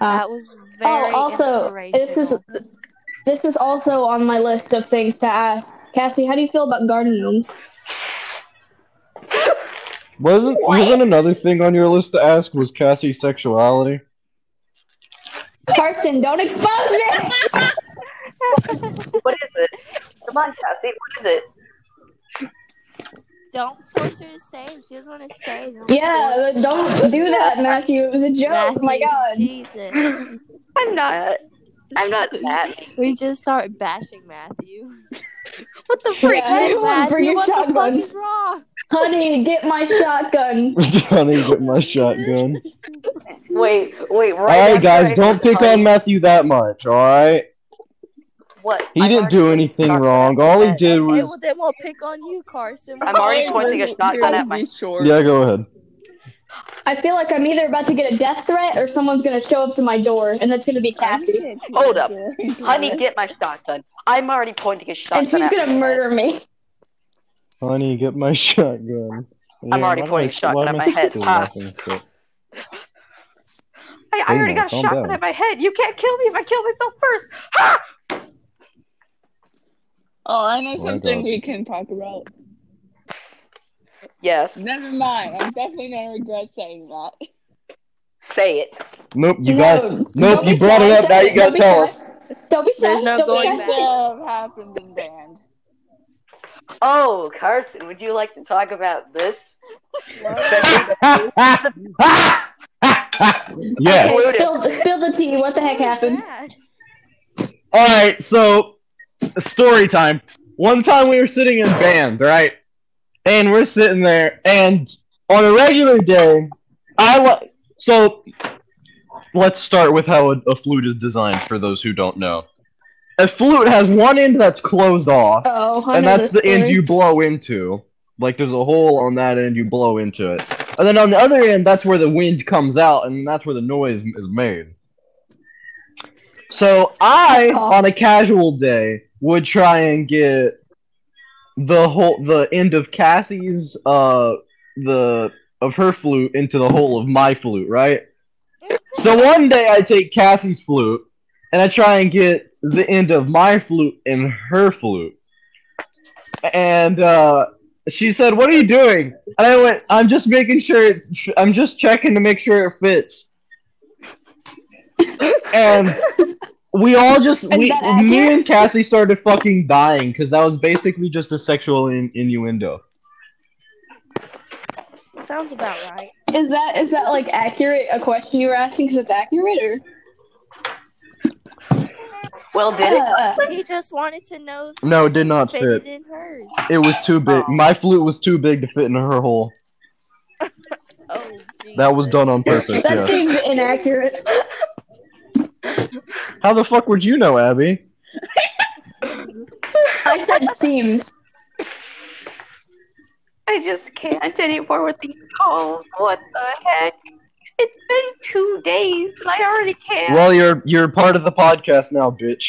[SPEAKER 4] Uh,
[SPEAKER 5] that was very.
[SPEAKER 4] oh, also, this is
[SPEAKER 5] inspirational.
[SPEAKER 4] this is also on my list of things to ask. Cassie, how do you feel about garden gnomes?
[SPEAKER 2] Wasn't wasn't another thing on your list to ask was Cassie's sexuality?
[SPEAKER 4] Carson, don't expose me!
[SPEAKER 1] What is it? Come on, Cassie. What is it?
[SPEAKER 5] Don't force her to say it. She doesn't want to say it. Don't force-
[SPEAKER 4] Yeah, don't do that, Matthew. It was a joke. Oh my god.
[SPEAKER 5] Matthew, Jesus.
[SPEAKER 1] I'm not. I'm not that.
[SPEAKER 5] We just start bashing Matthew.
[SPEAKER 1] What the
[SPEAKER 4] Yeah,
[SPEAKER 1] freak?
[SPEAKER 4] everyone bring your
[SPEAKER 5] what the fuck
[SPEAKER 4] shotguns.
[SPEAKER 5] is wrong?
[SPEAKER 4] Honey, get my shotgun.
[SPEAKER 2] Johnny, get my shotgun.
[SPEAKER 1] Wait, wait. Right
[SPEAKER 2] All right,
[SPEAKER 1] after I
[SPEAKER 2] guys,
[SPEAKER 1] said
[SPEAKER 2] don't pick on
[SPEAKER 1] honey,
[SPEAKER 2] Matthew that much. All right,
[SPEAKER 1] What?
[SPEAKER 2] he
[SPEAKER 1] I'm
[SPEAKER 2] didn't
[SPEAKER 1] already
[SPEAKER 2] do anything
[SPEAKER 1] talking
[SPEAKER 2] wrong.
[SPEAKER 1] about
[SPEAKER 2] All he
[SPEAKER 1] that.
[SPEAKER 2] did
[SPEAKER 5] Okay,
[SPEAKER 2] was
[SPEAKER 5] well, then we'll pick on you, Carson.
[SPEAKER 1] I'm already pointing a shotgun at my-
[SPEAKER 3] Short.
[SPEAKER 2] yeah. Go ahead.
[SPEAKER 4] I feel like I'm either about to get a death threat or someone's gonna show up to my door, and that's gonna be Cassie.
[SPEAKER 1] Hold up. Honey, get my shotgun. I'm already pointing a shotgun.
[SPEAKER 4] And she's
[SPEAKER 1] at
[SPEAKER 4] gonna
[SPEAKER 1] my
[SPEAKER 4] murder me.
[SPEAKER 2] Honey, get my shotgun.
[SPEAKER 1] I'm already
[SPEAKER 2] why do
[SPEAKER 1] pointing
[SPEAKER 2] I-
[SPEAKER 1] a shotgun
[SPEAKER 2] why
[SPEAKER 1] at
[SPEAKER 2] am I
[SPEAKER 1] my head.
[SPEAKER 2] still
[SPEAKER 1] Ah.
[SPEAKER 2] laughing at it?
[SPEAKER 1] I, I already
[SPEAKER 2] Dana,
[SPEAKER 1] got a
[SPEAKER 2] calm
[SPEAKER 1] shotgun
[SPEAKER 2] down.
[SPEAKER 1] at my head. You can't kill me if I kill myself first. Ha!
[SPEAKER 3] Oh, I know
[SPEAKER 2] Oh my
[SPEAKER 3] something
[SPEAKER 2] God.
[SPEAKER 3] we can talk about.
[SPEAKER 1] Yes.
[SPEAKER 3] Never mind. I'm definitely gonna regret saying that.
[SPEAKER 1] Say it.
[SPEAKER 2] Nope, you
[SPEAKER 4] no,
[SPEAKER 2] got. Nope,
[SPEAKER 4] don't
[SPEAKER 2] you
[SPEAKER 4] be
[SPEAKER 2] brought
[SPEAKER 4] shy,
[SPEAKER 2] it up.
[SPEAKER 4] say
[SPEAKER 2] Now you
[SPEAKER 4] Don't
[SPEAKER 2] gotta
[SPEAKER 4] be
[SPEAKER 2] tell
[SPEAKER 4] shy.
[SPEAKER 2] us.
[SPEAKER 4] Don't be shy.
[SPEAKER 5] There's no
[SPEAKER 4] don't be
[SPEAKER 5] going
[SPEAKER 4] shy.
[SPEAKER 5] back.
[SPEAKER 3] Stuff happened in band.
[SPEAKER 1] Oh, Carson, would you like to talk about this?
[SPEAKER 2] yes.
[SPEAKER 4] Okay, spill, spill the tea. What the heck happened?
[SPEAKER 2] All right, so story time. One time we were sitting in band, right? And we're sitting there, and on a regular day, I wa- so let's start with how a, a flute is designed for those who don't know. A flute has one end that's closed off,
[SPEAKER 4] Oh, I
[SPEAKER 2] and
[SPEAKER 4] know
[SPEAKER 2] that's
[SPEAKER 4] this
[SPEAKER 2] the end
[SPEAKER 4] story.
[SPEAKER 2] you blow into. Like there's a hole on that end, you blow into it, and then on the other end, that's where the wind comes out, and that's where the noise is made. So I,
[SPEAKER 4] Oh.
[SPEAKER 2] on a casual day, would try and get the whole the end of Cassie's uh the of her flute into the hole of my flute, right? So one day I take Cassie's flute and I try and get the end of my flute in her flute. And uh, she said, "What are you doing?" And I went, "I'm just making sure. It, I'm just checking to make sure it fits." and we all just we
[SPEAKER 4] that
[SPEAKER 2] me
[SPEAKER 4] accurate?
[SPEAKER 2] and Cassie started fucking dying because that was basically just a sexual in, innuendo.
[SPEAKER 5] Sounds about right.
[SPEAKER 4] Is that is that like accurate? A question you were asking because it's accurate, or
[SPEAKER 1] Well, did it?
[SPEAKER 4] Uh,
[SPEAKER 5] He just wanted to know if
[SPEAKER 2] No, it did not
[SPEAKER 5] it
[SPEAKER 2] fit.
[SPEAKER 5] fitted in hers.
[SPEAKER 2] It was too big.
[SPEAKER 1] Aw.
[SPEAKER 2] My flute was too big to fit in her hole.
[SPEAKER 5] Oh, Jesus.
[SPEAKER 2] That was done on purpose.
[SPEAKER 4] that
[SPEAKER 2] yeah.
[SPEAKER 4] seems inaccurate.
[SPEAKER 2] How the fuck would you know, Abby?
[SPEAKER 4] I said seems.
[SPEAKER 1] I just can't anymore with these calls. What the heck? It's been two days and I already can't.
[SPEAKER 2] Well, you're you're part of the podcast now, bitch.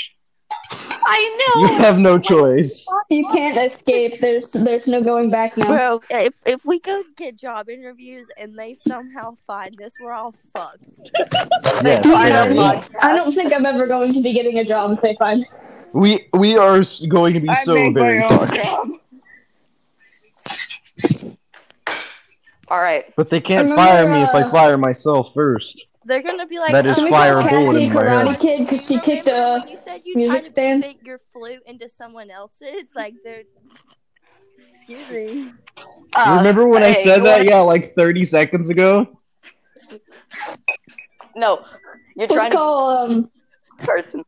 [SPEAKER 1] I know.
[SPEAKER 2] You have no choice.
[SPEAKER 4] You can't escape. There's there's no going back now.
[SPEAKER 5] Bro, if, if we go get job interviews and they somehow find this, we're all fucked.
[SPEAKER 2] Yes,
[SPEAKER 1] Why
[SPEAKER 2] yeah,
[SPEAKER 1] not?
[SPEAKER 2] yeah.
[SPEAKER 4] I don't think I'm ever going to be getting a job if they find.
[SPEAKER 2] We we are s- going to be
[SPEAKER 3] I
[SPEAKER 2] so
[SPEAKER 3] made
[SPEAKER 2] very
[SPEAKER 3] my own
[SPEAKER 2] fucked.
[SPEAKER 3] job.
[SPEAKER 1] All right.
[SPEAKER 2] But they can't
[SPEAKER 4] Remember,
[SPEAKER 2] fire me if I
[SPEAKER 4] uh,
[SPEAKER 2] fire myself first.
[SPEAKER 5] They're gonna be like,
[SPEAKER 2] That is
[SPEAKER 5] oh,
[SPEAKER 4] Can we
[SPEAKER 2] fire
[SPEAKER 4] call
[SPEAKER 2] a bullet
[SPEAKER 4] Cassie
[SPEAKER 2] in my
[SPEAKER 4] Karate
[SPEAKER 2] head.
[SPEAKER 4] Kid because she kicked uh,
[SPEAKER 5] Remember
[SPEAKER 4] a?
[SPEAKER 5] when you said you
[SPEAKER 4] music
[SPEAKER 5] tried to
[SPEAKER 4] stand?
[SPEAKER 5] fit your flute into someone else's? Like, they're. Excuse me.
[SPEAKER 1] Uh,
[SPEAKER 2] Remember when I
[SPEAKER 1] hey,
[SPEAKER 2] said
[SPEAKER 1] you
[SPEAKER 2] that?
[SPEAKER 1] wanna-
[SPEAKER 2] Yeah, like 30 seconds ago.
[SPEAKER 1] No. You're
[SPEAKER 4] Let's
[SPEAKER 1] trying to
[SPEAKER 4] call um.
[SPEAKER 1] Carson.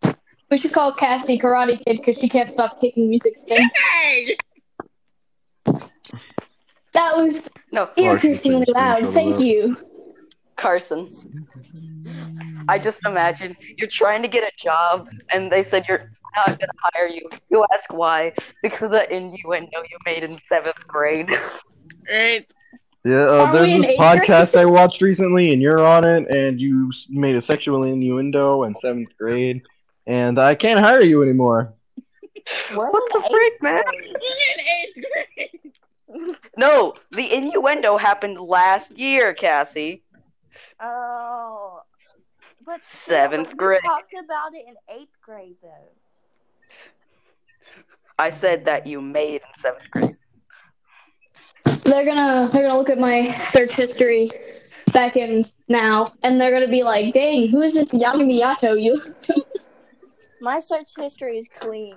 [SPEAKER 4] We should call Cassie Karate Kid because she can't stop kicking music stands.
[SPEAKER 3] Hey!
[SPEAKER 4] That was
[SPEAKER 1] No,
[SPEAKER 4] ear
[SPEAKER 2] Carson,
[SPEAKER 4] piercingly
[SPEAKER 2] please,
[SPEAKER 4] loud.
[SPEAKER 2] shut
[SPEAKER 4] Thank
[SPEAKER 2] up.
[SPEAKER 4] you.
[SPEAKER 1] Carson. I just imagine you're trying to get a job and they said you're not gonna hire you. You ask why because of the innuendo you made in seventh grade.
[SPEAKER 3] It's
[SPEAKER 2] Yeah, uh,
[SPEAKER 4] Are
[SPEAKER 2] there's
[SPEAKER 4] we in
[SPEAKER 2] this
[SPEAKER 4] eighth
[SPEAKER 2] podcast I watched recently, and you're on it, and you s- made a sexual innuendo in seventh grade, and I can't hire you anymore.
[SPEAKER 5] What,
[SPEAKER 1] the frick, man?
[SPEAKER 3] in eighth grade.
[SPEAKER 1] No, the innuendo happened last year, Cassie.
[SPEAKER 5] Oh. But still,
[SPEAKER 1] Seventh
[SPEAKER 5] we
[SPEAKER 1] grade.
[SPEAKER 5] talked about it in eighth grade, though.
[SPEAKER 1] I said that you made in seventh grade.
[SPEAKER 4] They're gonna they're gonna look at my search history back in now, and they're gonna be like, "Dang, who is this young Miyato?" You.
[SPEAKER 5] My search history is clean.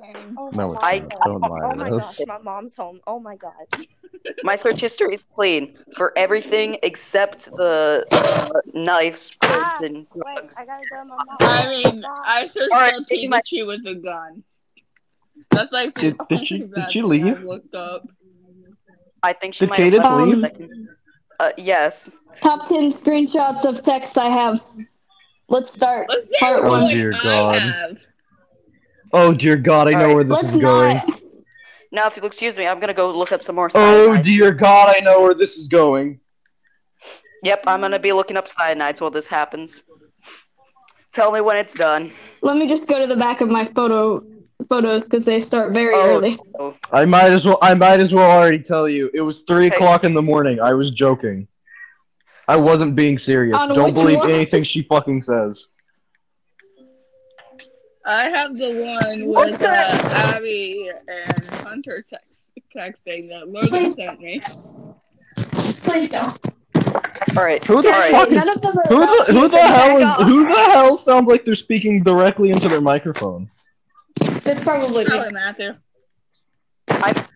[SPEAKER 3] Same.
[SPEAKER 5] Oh,
[SPEAKER 2] No,
[SPEAKER 5] my
[SPEAKER 2] it's
[SPEAKER 5] mom's
[SPEAKER 2] not.
[SPEAKER 5] home.
[SPEAKER 2] Don't lie
[SPEAKER 5] Oh
[SPEAKER 2] to
[SPEAKER 5] my
[SPEAKER 2] us.
[SPEAKER 5] gosh, my mom's home. Oh my god.
[SPEAKER 1] My search history is clean for everything except the uh, knives,
[SPEAKER 5] Ah,
[SPEAKER 1] drugs, and
[SPEAKER 5] Wait,
[SPEAKER 1] drugs.
[SPEAKER 5] I gotta go to my mom.
[SPEAKER 3] I mean, I searched
[SPEAKER 1] Alright,
[SPEAKER 3] up
[SPEAKER 1] take my-
[SPEAKER 3] Pikachu with a gun. That's like the
[SPEAKER 2] Did- did
[SPEAKER 3] only
[SPEAKER 2] she- did
[SPEAKER 3] bad
[SPEAKER 2] she
[SPEAKER 3] thing I've
[SPEAKER 2] leave?
[SPEAKER 3] looked up.
[SPEAKER 1] I think she
[SPEAKER 2] Did
[SPEAKER 1] might have
[SPEAKER 2] Cadence
[SPEAKER 1] left
[SPEAKER 4] leave?
[SPEAKER 1] a second. Uh, yes.
[SPEAKER 4] Top ten screenshots of text I have. Let's start.
[SPEAKER 3] Let's see
[SPEAKER 4] Part
[SPEAKER 3] what
[SPEAKER 4] one.
[SPEAKER 2] Oh, dear
[SPEAKER 3] I
[SPEAKER 2] God.
[SPEAKER 3] have.
[SPEAKER 2] Oh dear God, I know
[SPEAKER 1] Alright,
[SPEAKER 2] where this
[SPEAKER 4] Let's
[SPEAKER 2] is going.
[SPEAKER 4] not.
[SPEAKER 1] Now, if you'll excuse me, I'm gonna go look up some more
[SPEAKER 2] Oh
[SPEAKER 1] cyanides.
[SPEAKER 2] dear God, I know where this is going.
[SPEAKER 1] Yep, I'm gonna be looking up cyanides while this happens. Tell me when it's done.
[SPEAKER 4] Let me just go to the back of my photo photos because they start very
[SPEAKER 1] Oh.
[SPEAKER 4] early.
[SPEAKER 2] I might as well. I might as well already tell you. It was three
[SPEAKER 1] Okay.
[SPEAKER 2] o'clock in the morning. I was joking. I wasn't being serious.
[SPEAKER 4] On
[SPEAKER 2] Don't
[SPEAKER 4] which
[SPEAKER 2] believe
[SPEAKER 4] one?
[SPEAKER 2] anything she fucking says.
[SPEAKER 3] I have the one
[SPEAKER 4] What's
[SPEAKER 3] with uh,
[SPEAKER 4] that?
[SPEAKER 3] Abby and Hunter text- texting that Logan
[SPEAKER 4] Please.
[SPEAKER 3] sent me.
[SPEAKER 4] Please go.
[SPEAKER 1] All right.
[SPEAKER 2] Who the
[SPEAKER 1] all right.
[SPEAKER 2] fuck is-
[SPEAKER 4] None of them are
[SPEAKER 2] Who
[SPEAKER 4] about
[SPEAKER 2] the, who
[SPEAKER 4] Houston.
[SPEAKER 2] the hell
[SPEAKER 4] Back
[SPEAKER 2] is,
[SPEAKER 4] off.
[SPEAKER 2] who the hell sounds like they're speaking directly into their microphone?
[SPEAKER 4] That's probably me.
[SPEAKER 3] Probably Matthew.
[SPEAKER 1] I've,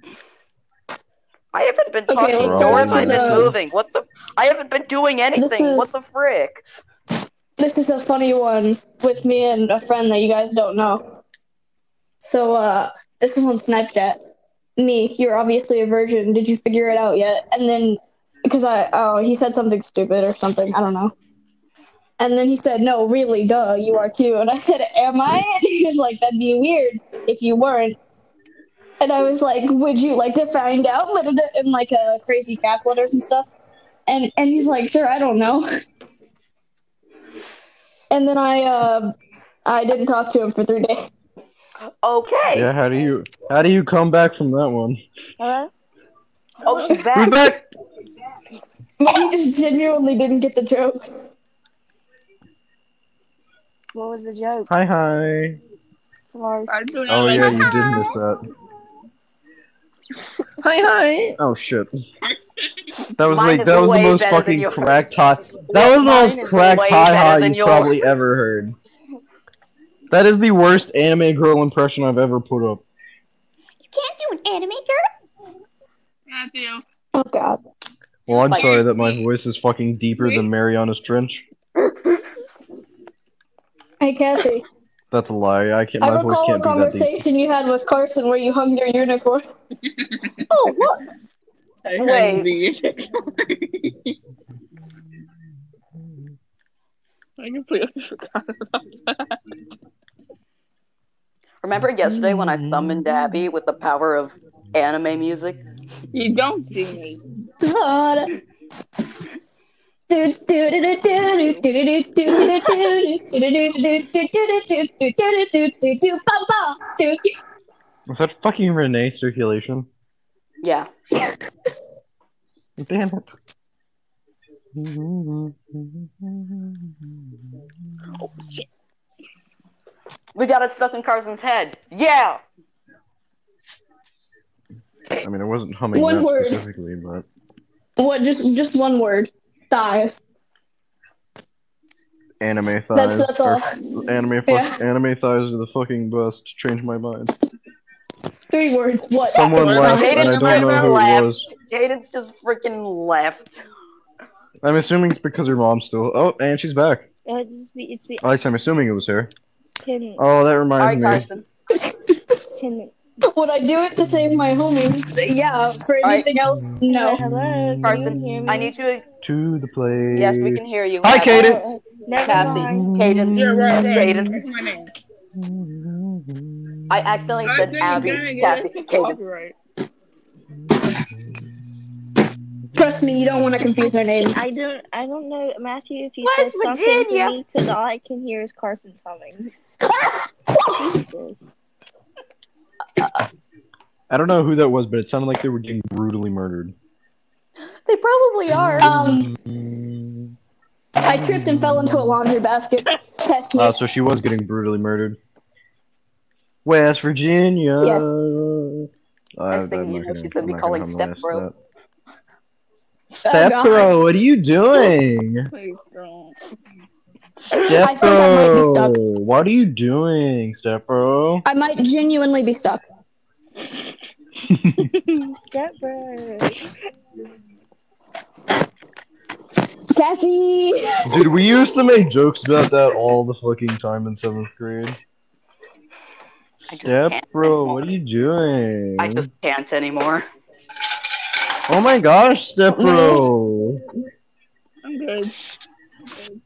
[SPEAKER 1] I haven't been
[SPEAKER 4] Okay,
[SPEAKER 1] talking,
[SPEAKER 4] let's
[SPEAKER 1] nor
[SPEAKER 2] start
[SPEAKER 1] have I
[SPEAKER 2] with
[SPEAKER 1] been
[SPEAKER 2] the-
[SPEAKER 1] moving. What the? I haven't been doing anything.
[SPEAKER 4] is-
[SPEAKER 1] What the frick?
[SPEAKER 4] This is a funny one with me and a friend that you guys don't know. So uh this is on Snapchat. Me, you're obviously a virgin. Did you figure it out yet? And then because I oh he said something stupid or something. I don't know. And then he said, "No, really, duh, you are too." And I said, "Am I?" And he was like, "That'd be weird if you weren't." And I was like, "Would you like to find out?" But in like a crazy cap letters and stuff. And and he's like, "Sure, I don't know." And then I uh, I didn't talk to him for three days.
[SPEAKER 1] Okay.
[SPEAKER 2] Yeah, how do you how do you come back from that one?
[SPEAKER 5] Hello?
[SPEAKER 1] Oh, she's
[SPEAKER 2] Who's
[SPEAKER 1] back.
[SPEAKER 2] back?
[SPEAKER 4] But he just genuinely didn't get the joke.
[SPEAKER 5] What was the joke?
[SPEAKER 2] Hi hi.
[SPEAKER 5] Larry?
[SPEAKER 3] I do not
[SPEAKER 2] Oh
[SPEAKER 3] like
[SPEAKER 2] yeah, you did miss that. Hi hi. Oh shit. That was
[SPEAKER 1] Mine
[SPEAKER 2] like
[SPEAKER 1] is
[SPEAKER 2] that was
[SPEAKER 1] way
[SPEAKER 2] the most
[SPEAKER 1] better than
[SPEAKER 2] fucking
[SPEAKER 1] yours.
[SPEAKER 2] cracked hi. That was
[SPEAKER 1] Mine
[SPEAKER 2] the
[SPEAKER 1] is
[SPEAKER 2] most cracked
[SPEAKER 1] way
[SPEAKER 2] hi hi
[SPEAKER 1] better than
[SPEAKER 2] you've probably ever heard. That is the worst anime girl impression I've ever put up.
[SPEAKER 3] Matthew.
[SPEAKER 4] Oh God!
[SPEAKER 2] Well, I'm
[SPEAKER 1] Like-
[SPEAKER 2] sorry that my voice is fucking deeper than Mariana's Trench.
[SPEAKER 4] Hey Kathy,
[SPEAKER 2] That's a lie. I can't.
[SPEAKER 4] I
[SPEAKER 2] My voice
[SPEAKER 4] recall
[SPEAKER 2] can't
[SPEAKER 4] a
[SPEAKER 2] be that deep.
[SPEAKER 4] conversation you had with Carson where you hung your unicorn.
[SPEAKER 1] Oh, what?
[SPEAKER 3] I heard
[SPEAKER 1] Wait.
[SPEAKER 3] the- I completely forgot about that.
[SPEAKER 1] Remember yesterday when I summoned Abby with the power of anime music?
[SPEAKER 3] You don't see me.
[SPEAKER 4] God. Do- do- do- do- do- do- do- do- do- do- do- do- do- do- do- do- do- do- do- do- do- do- do- do- bum, bum, do- do-
[SPEAKER 2] Was that fucking Renee circulation?
[SPEAKER 1] Yeah.
[SPEAKER 2] Damn it.
[SPEAKER 1] We got it stuck in Carson's head. Yeah.
[SPEAKER 2] I mean, I wasn't humming
[SPEAKER 4] One
[SPEAKER 2] that
[SPEAKER 4] word.
[SPEAKER 2] specifically, but
[SPEAKER 4] What? Just just one word. Thighs.
[SPEAKER 2] anime thighs.
[SPEAKER 4] That's that's all.
[SPEAKER 2] are- Anime, fu-
[SPEAKER 4] Yeah.
[SPEAKER 2] anime thighs are the fucking best. Change my mind.
[SPEAKER 4] Three words. What?
[SPEAKER 2] Someone
[SPEAKER 3] Word.
[SPEAKER 2] laughed,
[SPEAKER 1] They
[SPEAKER 2] and I
[SPEAKER 1] didn't
[SPEAKER 2] don't know who
[SPEAKER 1] laugh.
[SPEAKER 2] it was.
[SPEAKER 1] Cadence just freaking left.
[SPEAKER 2] I'm assuming it's because her mom's still. Oh, and she's back.
[SPEAKER 5] It'd just be, it's be
[SPEAKER 2] Alex, I'm assuming it was her.
[SPEAKER 5] ten,
[SPEAKER 2] Oh, that
[SPEAKER 1] All right,
[SPEAKER 2] reminds me.
[SPEAKER 1] Carson.
[SPEAKER 5] ten.
[SPEAKER 4] Would I do it to save my homies? Yeah. For
[SPEAKER 1] All right.
[SPEAKER 4] anything else, no.
[SPEAKER 5] Hello, can
[SPEAKER 1] Carson,
[SPEAKER 5] you hear me?
[SPEAKER 1] I need you. To...
[SPEAKER 2] To the place.
[SPEAKER 1] Yes, we can hear you.
[SPEAKER 2] Hi,
[SPEAKER 1] Abby.
[SPEAKER 2] Cadence.
[SPEAKER 5] Oh, never
[SPEAKER 1] Cassie.
[SPEAKER 5] mind.
[SPEAKER 1] Cadence.
[SPEAKER 3] Yeah, right, right.
[SPEAKER 1] Cadence.
[SPEAKER 3] That's my name.
[SPEAKER 1] I accidentally
[SPEAKER 3] I
[SPEAKER 1] said
[SPEAKER 3] think
[SPEAKER 1] Abby,
[SPEAKER 3] gonna get
[SPEAKER 1] Cassie,
[SPEAKER 3] us some
[SPEAKER 1] Cadence.
[SPEAKER 3] copyright.
[SPEAKER 4] Trust me, you don't want to confuse their names.
[SPEAKER 5] I don't. I don't know, Matthew. If you
[SPEAKER 1] West
[SPEAKER 5] said something
[SPEAKER 1] Virginia.
[SPEAKER 5] to me, because all I can hear is Carson humming. Jesus.
[SPEAKER 2] I don't know who that was, but it sounded like they were getting brutally murdered.
[SPEAKER 1] They probably are.
[SPEAKER 4] Um, I tripped and fell into a laundry basket. Test uh, me.
[SPEAKER 2] Oh, so she was getting brutally murdered. West Virginia.
[SPEAKER 4] Yes.
[SPEAKER 2] Uh,
[SPEAKER 1] Next thing you know, she's gonna be calling Step Bro.
[SPEAKER 4] God.
[SPEAKER 2] Jethro, what are you doing?
[SPEAKER 3] Please don't.
[SPEAKER 4] I think I might be
[SPEAKER 2] Jethro,
[SPEAKER 4] stuck.
[SPEAKER 2] what are you doing, Jethro?
[SPEAKER 4] I might genuinely be stuck.
[SPEAKER 5] Stepbro.
[SPEAKER 4] Sassy!
[SPEAKER 2] Dude, we used to make jokes about that all the fucking time in seventh grade.
[SPEAKER 1] I just can't
[SPEAKER 2] Jethro,
[SPEAKER 1] anymore.
[SPEAKER 2] what are you doing?
[SPEAKER 1] I just can't anymore.
[SPEAKER 2] Oh my gosh,
[SPEAKER 1] Mm-hmm.
[SPEAKER 2] Jethro!
[SPEAKER 3] I'm good.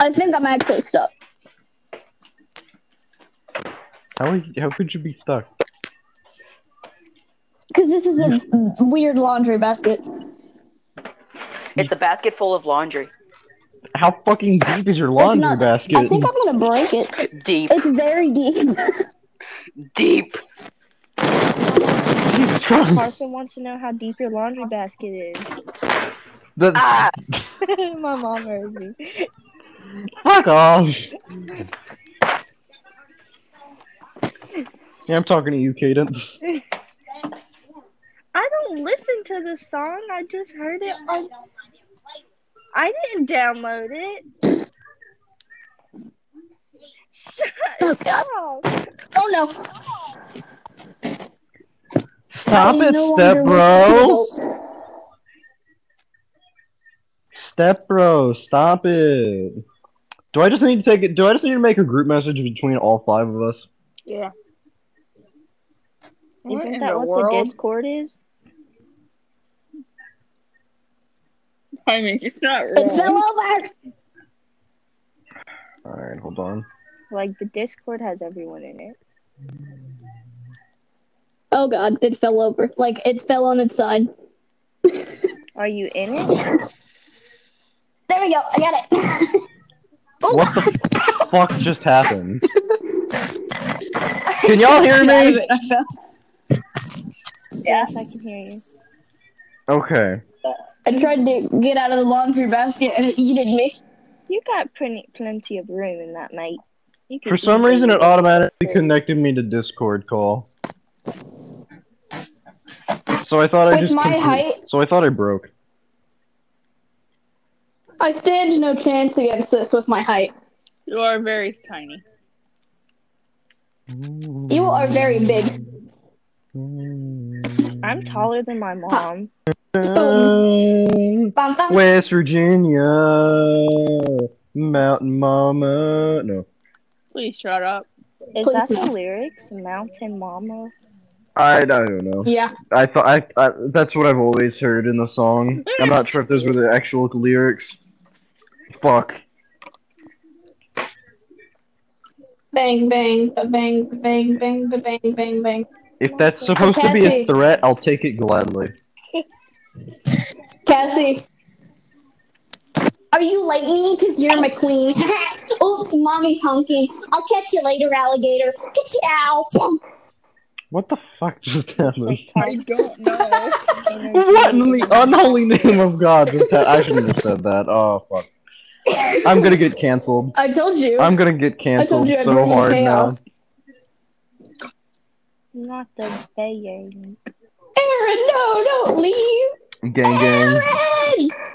[SPEAKER 4] I think I'm actually stuck.
[SPEAKER 2] How are you, how could you be stuck?
[SPEAKER 4] Because this is a weird laundry basket.
[SPEAKER 1] It's a basket full of laundry.
[SPEAKER 2] How fucking deep is your laundry
[SPEAKER 4] not-
[SPEAKER 2] basket?
[SPEAKER 4] I think I'm gonna break it.
[SPEAKER 1] Deep,
[SPEAKER 4] It's very deep.
[SPEAKER 1] deep.
[SPEAKER 2] Jesus Christ.
[SPEAKER 5] Carson wants to know how deep your laundry basket is.
[SPEAKER 2] That's-
[SPEAKER 1] Ah,
[SPEAKER 5] My mom heard me.
[SPEAKER 2] Fuck off. Yeah, I'm talking to you, Cadence.
[SPEAKER 5] I don't listen to the song. I just heard it on. I didn't download it. Shut up.
[SPEAKER 4] oh no.
[SPEAKER 2] Stop
[SPEAKER 4] I
[SPEAKER 2] it,
[SPEAKER 4] no
[SPEAKER 2] step
[SPEAKER 4] longer want to be an
[SPEAKER 2] bro.
[SPEAKER 4] adult.
[SPEAKER 2] Step bro, stop it. Do I just need to take it? Do I just need to make a group message between all five of us?
[SPEAKER 3] Yeah. What
[SPEAKER 5] Isn't
[SPEAKER 3] in
[SPEAKER 5] that
[SPEAKER 3] the
[SPEAKER 5] what the
[SPEAKER 3] world?
[SPEAKER 5] Discord is?
[SPEAKER 3] I mean, it's not
[SPEAKER 4] It fell
[SPEAKER 3] wrong.
[SPEAKER 4] over.
[SPEAKER 2] All right, hold on.
[SPEAKER 5] Like the Discord has everyone in it.
[SPEAKER 4] Oh god, it fell over. Like it fell on its side.
[SPEAKER 5] Are you in it?
[SPEAKER 4] There we go. I got it. oh,
[SPEAKER 2] What the fuck just happened? Can y'all hear me?
[SPEAKER 5] Yes, I can hear you.
[SPEAKER 2] Okay.
[SPEAKER 4] I tried to get out of the laundry basket and it yeeted me.
[SPEAKER 5] You got plenty, plenty of room in that, mate. You could
[SPEAKER 2] For some
[SPEAKER 5] easily-
[SPEAKER 2] reason, it automatically connected me to Discord call. So I thought I
[SPEAKER 4] With
[SPEAKER 2] just
[SPEAKER 4] my
[SPEAKER 2] complete-
[SPEAKER 4] height-
[SPEAKER 2] so I thought I broke.
[SPEAKER 4] I stand no chance against this with my height.
[SPEAKER 3] You are very tiny.
[SPEAKER 4] You are very big.
[SPEAKER 5] I'm taller than my mom.
[SPEAKER 4] Bum, bum.
[SPEAKER 2] West Virginia, Mountain Mama. No,
[SPEAKER 3] Please shut up.
[SPEAKER 5] Is
[SPEAKER 4] Please
[SPEAKER 5] that the
[SPEAKER 4] no.
[SPEAKER 5] lyrics? Mountain Mama.
[SPEAKER 2] I, I don't know.
[SPEAKER 4] Yeah.
[SPEAKER 2] I thought I, I that's what I've always heard in the song. I'm not sure if those were the actual lyrics. Fuck.
[SPEAKER 4] Bang, bang, ba- bang, ba- bang, bang, ba- bang, bang, bang.
[SPEAKER 2] If that's supposed to be
[SPEAKER 4] Cassie.
[SPEAKER 2] a threat, I'll take it gladly.
[SPEAKER 4] Cassie. Are you like me? Because you're my queen. Oops, mommy's honking. I'll catch you later, alligator. Catch you
[SPEAKER 2] What the fuck just happened?
[SPEAKER 3] I don't know.
[SPEAKER 2] What in the unholy name of God? Just ha- I shouldn't have said that. Oh fuck! I'm gonna get canceled.
[SPEAKER 4] I told you.
[SPEAKER 2] I'm gonna get
[SPEAKER 4] I
[SPEAKER 2] canceled
[SPEAKER 4] told you I'd
[SPEAKER 2] so
[SPEAKER 4] bring you
[SPEAKER 2] hard now.
[SPEAKER 4] chaos.
[SPEAKER 5] Not the baying.
[SPEAKER 4] Aaron, no, don't leave.
[SPEAKER 2] Gang
[SPEAKER 4] Ah!
[SPEAKER 2] gang,
[SPEAKER 4] Aaron!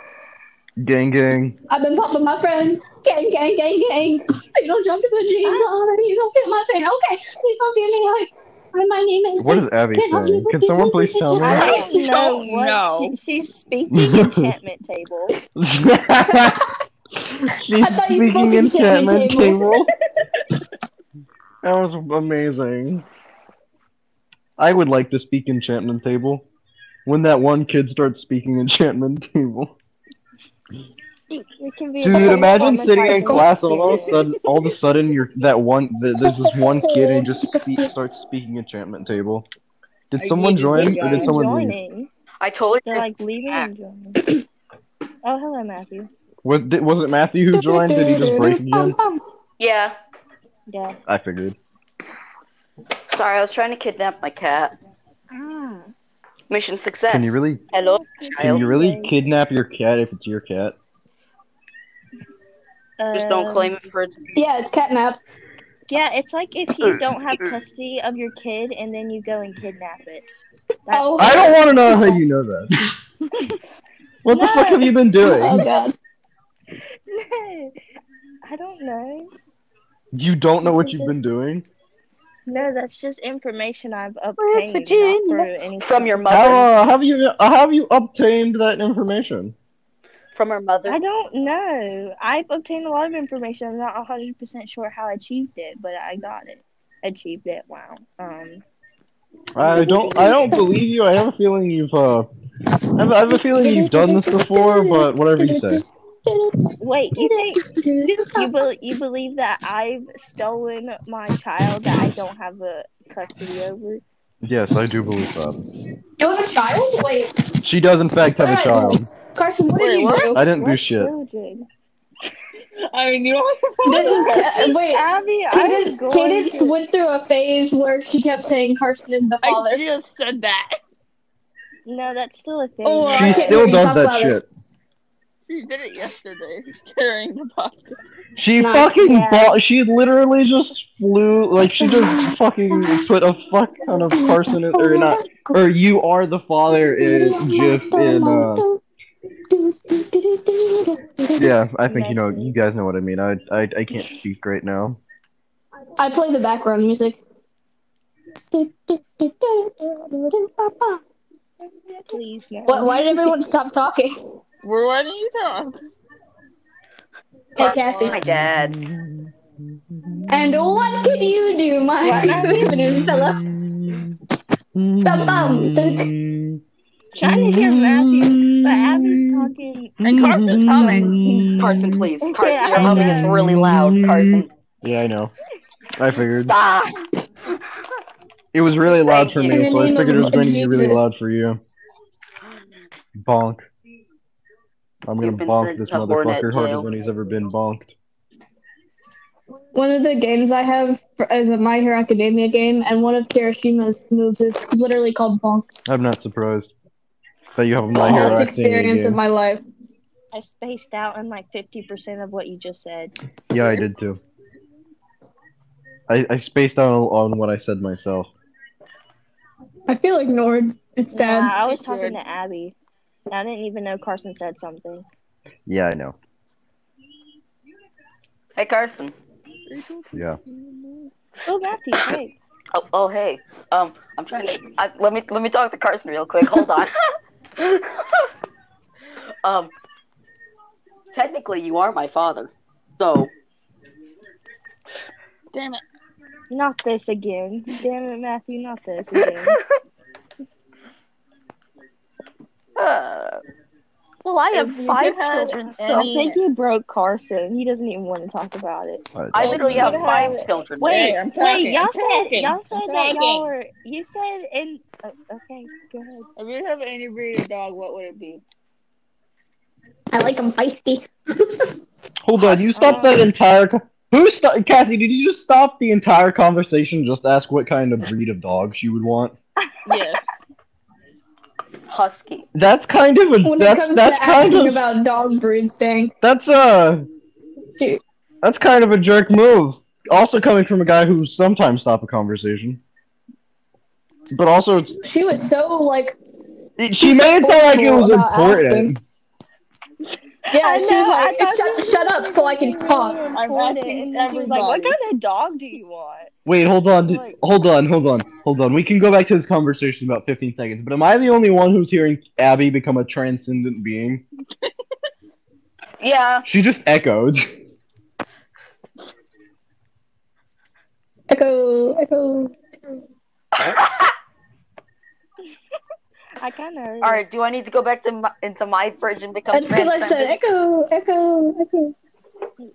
[SPEAKER 2] gang gang.
[SPEAKER 4] I've been popping my friend. Gang, gang, gang, gang. If you don't jump to put jeans
[SPEAKER 3] Ah.
[SPEAKER 4] on, or you don't fit my fit. Okay, please don't give me hype. Hi, My name is.
[SPEAKER 2] What is Abby saying? Can someone please tell me?
[SPEAKER 5] I don't know
[SPEAKER 3] don't
[SPEAKER 5] what
[SPEAKER 3] know.
[SPEAKER 5] She, she's speaking enchantment table.
[SPEAKER 2] She's
[SPEAKER 4] I thought you
[SPEAKER 2] speaking
[SPEAKER 4] spoke
[SPEAKER 2] enchantment
[SPEAKER 4] enchantment
[SPEAKER 2] table. that was amazing. I would like to speak enchantment table. When that one kid starts speaking enchantment table.
[SPEAKER 5] It can be a
[SPEAKER 2] Dude,
[SPEAKER 5] very
[SPEAKER 2] imagine sitting in
[SPEAKER 5] traumatizing
[SPEAKER 2] class and all of a
[SPEAKER 5] experience.
[SPEAKER 2] sudden, all of a sudden, you're that one. th- There's this one kid and he just spe- starts speaking enchantment table. Did
[SPEAKER 3] I
[SPEAKER 2] someone
[SPEAKER 3] hated
[SPEAKER 2] join
[SPEAKER 3] this
[SPEAKER 2] or did
[SPEAKER 3] guy.
[SPEAKER 2] someone leave?
[SPEAKER 5] joining.
[SPEAKER 1] I told her
[SPEAKER 5] They're like leaving and joining. Oh, hello, Matthew.
[SPEAKER 2] Was, did, was it Matthew who joined? Did he just break again?
[SPEAKER 1] Yeah.
[SPEAKER 5] Yeah.
[SPEAKER 2] I figured.
[SPEAKER 1] Sorry, I was trying to kidnap my cat.
[SPEAKER 5] Ah.
[SPEAKER 1] Mission success.
[SPEAKER 2] Can you really,
[SPEAKER 1] Hello,
[SPEAKER 2] can
[SPEAKER 1] child.
[SPEAKER 2] you really kidnap your cat if it's your cat?
[SPEAKER 1] Just don't
[SPEAKER 5] Um,
[SPEAKER 1] claim it for its.
[SPEAKER 4] Yeah, it's catnap.
[SPEAKER 5] Yeah, it's like if you don't have custody of your kid and then you go and kidnap it. That's-
[SPEAKER 4] Oh.
[SPEAKER 2] I don't want to know how you know that. what the fuck have you been doing?
[SPEAKER 4] Oh god.
[SPEAKER 5] No, I don't know.
[SPEAKER 2] You don't know what you've been doing?
[SPEAKER 5] No, that's just information I've
[SPEAKER 1] Where's
[SPEAKER 5] obtained not
[SPEAKER 1] Virginia?
[SPEAKER 5] through any
[SPEAKER 1] From your
[SPEAKER 2] How
[SPEAKER 1] mother.
[SPEAKER 2] uh, have you how have you obtained that information?
[SPEAKER 1] From her mother.
[SPEAKER 5] I don't know. I've obtained a lot of information. I'm not 100% sure how I achieved it, but I got it. Achieved it. Wow. Um,
[SPEAKER 2] I don't I don't believe you. I have a feeling you've uh I have, I have a feeling you've done this before, but whatever you say.
[SPEAKER 5] wait, you think you bel you believe that I've stolen my child that I don't have a custody over?
[SPEAKER 2] Yes, I do believe that.
[SPEAKER 4] You have a child? Wait,
[SPEAKER 2] She does in fact have a child.
[SPEAKER 4] Carson, what did
[SPEAKER 3] Wait,
[SPEAKER 4] you
[SPEAKER 3] what?
[SPEAKER 4] do?
[SPEAKER 2] I didn't
[SPEAKER 5] We're
[SPEAKER 2] do shit.
[SPEAKER 5] children.
[SPEAKER 3] I mean, you don't have to
[SPEAKER 4] Didn't, uh, wait,
[SPEAKER 5] Abby, I was
[SPEAKER 4] Cadence,
[SPEAKER 5] going
[SPEAKER 4] Cadence
[SPEAKER 5] to-
[SPEAKER 4] went through a phase where she kept saying Carson is the
[SPEAKER 3] I
[SPEAKER 4] father.
[SPEAKER 3] just said that.
[SPEAKER 5] No, that's still a thing.
[SPEAKER 4] Oh, I
[SPEAKER 2] She
[SPEAKER 4] can't
[SPEAKER 2] still
[SPEAKER 4] even
[SPEAKER 2] does
[SPEAKER 4] talk
[SPEAKER 2] that
[SPEAKER 4] about it.
[SPEAKER 2] shit.
[SPEAKER 3] She did it yesterday during the podcast.
[SPEAKER 2] She
[SPEAKER 4] Nice.
[SPEAKER 2] fucking
[SPEAKER 5] Yeah.
[SPEAKER 2] bought. She literally just flew. Like she just fucking put a fuck ton of Carson is- or not or you are the father is GIF in. Uh, yeah, I think you know. You guys know what I mean. I I, I can't speak right now.
[SPEAKER 4] I play the background music.
[SPEAKER 5] Please no.
[SPEAKER 4] What, why did everyone stop talking?
[SPEAKER 3] We're letting you talk.
[SPEAKER 4] Hey, Kathy.
[SPEAKER 1] Oh, My dad.
[SPEAKER 4] And what can you do, my sweet fellow? The bum.
[SPEAKER 5] Trying to hear Matthew, but Abby's talking.
[SPEAKER 3] And Carson's coming.
[SPEAKER 1] Carson, please. Carson,
[SPEAKER 5] Yeah,
[SPEAKER 1] your mother
[SPEAKER 5] I
[SPEAKER 1] gets
[SPEAKER 5] know.
[SPEAKER 1] really loud. Carson,
[SPEAKER 2] Yeah, I know. I figured
[SPEAKER 1] stop.
[SPEAKER 2] it was really loud for
[SPEAKER 4] In
[SPEAKER 2] me,
[SPEAKER 4] the
[SPEAKER 2] so I
[SPEAKER 4] name
[SPEAKER 2] figured it was
[SPEAKER 4] of
[SPEAKER 2] going to be really
[SPEAKER 4] Jesus.
[SPEAKER 2] loud for you. Bonk. I'm gonna
[SPEAKER 1] You've been
[SPEAKER 2] bonk
[SPEAKER 1] sent
[SPEAKER 2] this
[SPEAKER 1] to Hornet
[SPEAKER 2] motherfucker harder
[SPEAKER 1] jail.
[SPEAKER 2] than he's ever been bonked.
[SPEAKER 4] One of the games I have for, is a My Hero Academia game, and one of Kirishima's moves is literally called Bonk.
[SPEAKER 2] I'm not surprised that you have my hero
[SPEAKER 4] Best
[SPEAKER 2] acting
[SPEAKER 4] experience of
[SPEAKER 2] game.
[SPEAKER 4] my life.
[SPEAKER 5] I spaced out on like 50% of what you just said.
[SPEAKER 2] Yeah, I did too. I, I spaced out on what I said myself.
[SPEAKER 4] I feel ignored. It's sad.
[SPEAKER 5] Nah, I was
[SPEAKER 4] It's
[SPEAKER 5] talking
[SPEAKER 4] weird.
[SPEAKER 5] to Abby. I didn't even know Carson said something.
[SPEAKER 2] Yeah, I know.
[SPEAKER 1] Hey, Carson.
[SPEAKER 2] Yeah.
[SPEAKER 5] Oh, Matthew, hey.
[SPEAKER 1] Oh, oh, hey. Um, I'm trying to. I, let me let me talk to Carson real quick. Hold on. um, technically, you are my father, so
[SPEAKER 3] Damn it.
[SPEAKER 5] Not this again. Damn it, Matthew, not this again.
[SPEAKER 1] uh, well, I have
[SPEAKER 3] If you
[SPEAKER 1] five
[SPEAKER 3] could have
[SPEAKER 1] children. So
[SPEAKER 5] I
[SPEAKER 3] any-
[SPEAKER 5] think you broke Carson. He doesn't even want to talk about it.
[SPEAKER 2] I-
[SPEAKER 1] I literally
[SPEAKER 3] you
[SPEAKER 1] have
[SPEAKER 3] could
[SPEAKER 1] five
[SPEAKER 3] have-
[SPEAKER 1] children.
[SPEAKER 5] Wait,
[SPEAKER 3] Hey, I'm talking,
[SPEAKER 5] wait, y'all
[SPEAKER 3] I'm
[SPEAKER 5] said
[SPEAKER 3] talking,
[SPEAKER 5] y'all said
[SPEAKER 3] I'm
[SPEAKER 5] that y'all
[SPEAKER 3] talking.
[SPEAKER 5] were you said in uh, okay, go ahead.
[SPEAKER 3] If you have any breed of dog, what would it be?
[SPEAKER 4] I like them feisty.
[SPEAKER 2] Hold on, you stopped that entire. Co- Who sto- Cassie, did you just stop the entire conversation? Just ask what kind of breed of dog she would want.
[SPEAKER 3] Yes.
[SPEAKER 1] Husky.
[SPEAKER 2] That's kind of a.
[SPEAKER 4] When it
[SPEAKER 2] that's
[SPEAKER 4] comes
[SPEAKER 2] that's
[SPEAKER 4] to
[SPEAKER 2] kind
[SPEAKER 4] asking
[SPEAKER 2] of
[SPEAKER 4] about dog breeds, dang.
[SPEAKER 2] that's a.
[SPEAKER 4] Dude.
[SPEAKER 2] That's kind of a jerk move. Also coming from a guy who sometimes stop a conversation. But also, it's
[SPEAKER 4] She was so like,
[SPEAKER 2] It- She made it sound like it was
[SPEAKER 4] About
[SPEAKER 2] important.
[SPEAKER 4] yeah,
[SPEAKER 5] I
[SPEAKER 4] she
[SPEAKER 5] know,
[SPEAKER 4] was
[SPEAKER 5] I
[SPEAKER 4] like,
[SPEAKER 5] thought
[SPEAKER 4] shut,
[SPEAKER 5] you
[SPEAKER 4] shut up so I can
[SPEAKER 5] Really
[SPEAKER 4] talk.
[SPEAKER 5] important.
[SPEAKER 3] asking
[SPEAKER 5] And then she was like, What
[SPEAKER 3] everybody.
[SPEAKER 5] kind of dog do you want?
[SPEAKER 2] Wait, hold on, d-
[SPEAKER 5] Like-
[SPEAKER 2] hold on, hold on, hold on. We can go back to this conversation in about 15 seconds. But am I the only one who's hearing Abby become a transcendent being?
[SPEAKER 1] Yeah.
[SPEAKER 2] She just echoed.
[SPEAKER 4] Echo, echo.
[SPEAKER 5] I kinda heard
[SPEAKER 1] All right. Do I need to go back to my, into my fridge and become?
[SPEAKER 4] That's because I said
[SPEAKER 1] transcendent?
[SPEAKER 4] echo, echo, echo.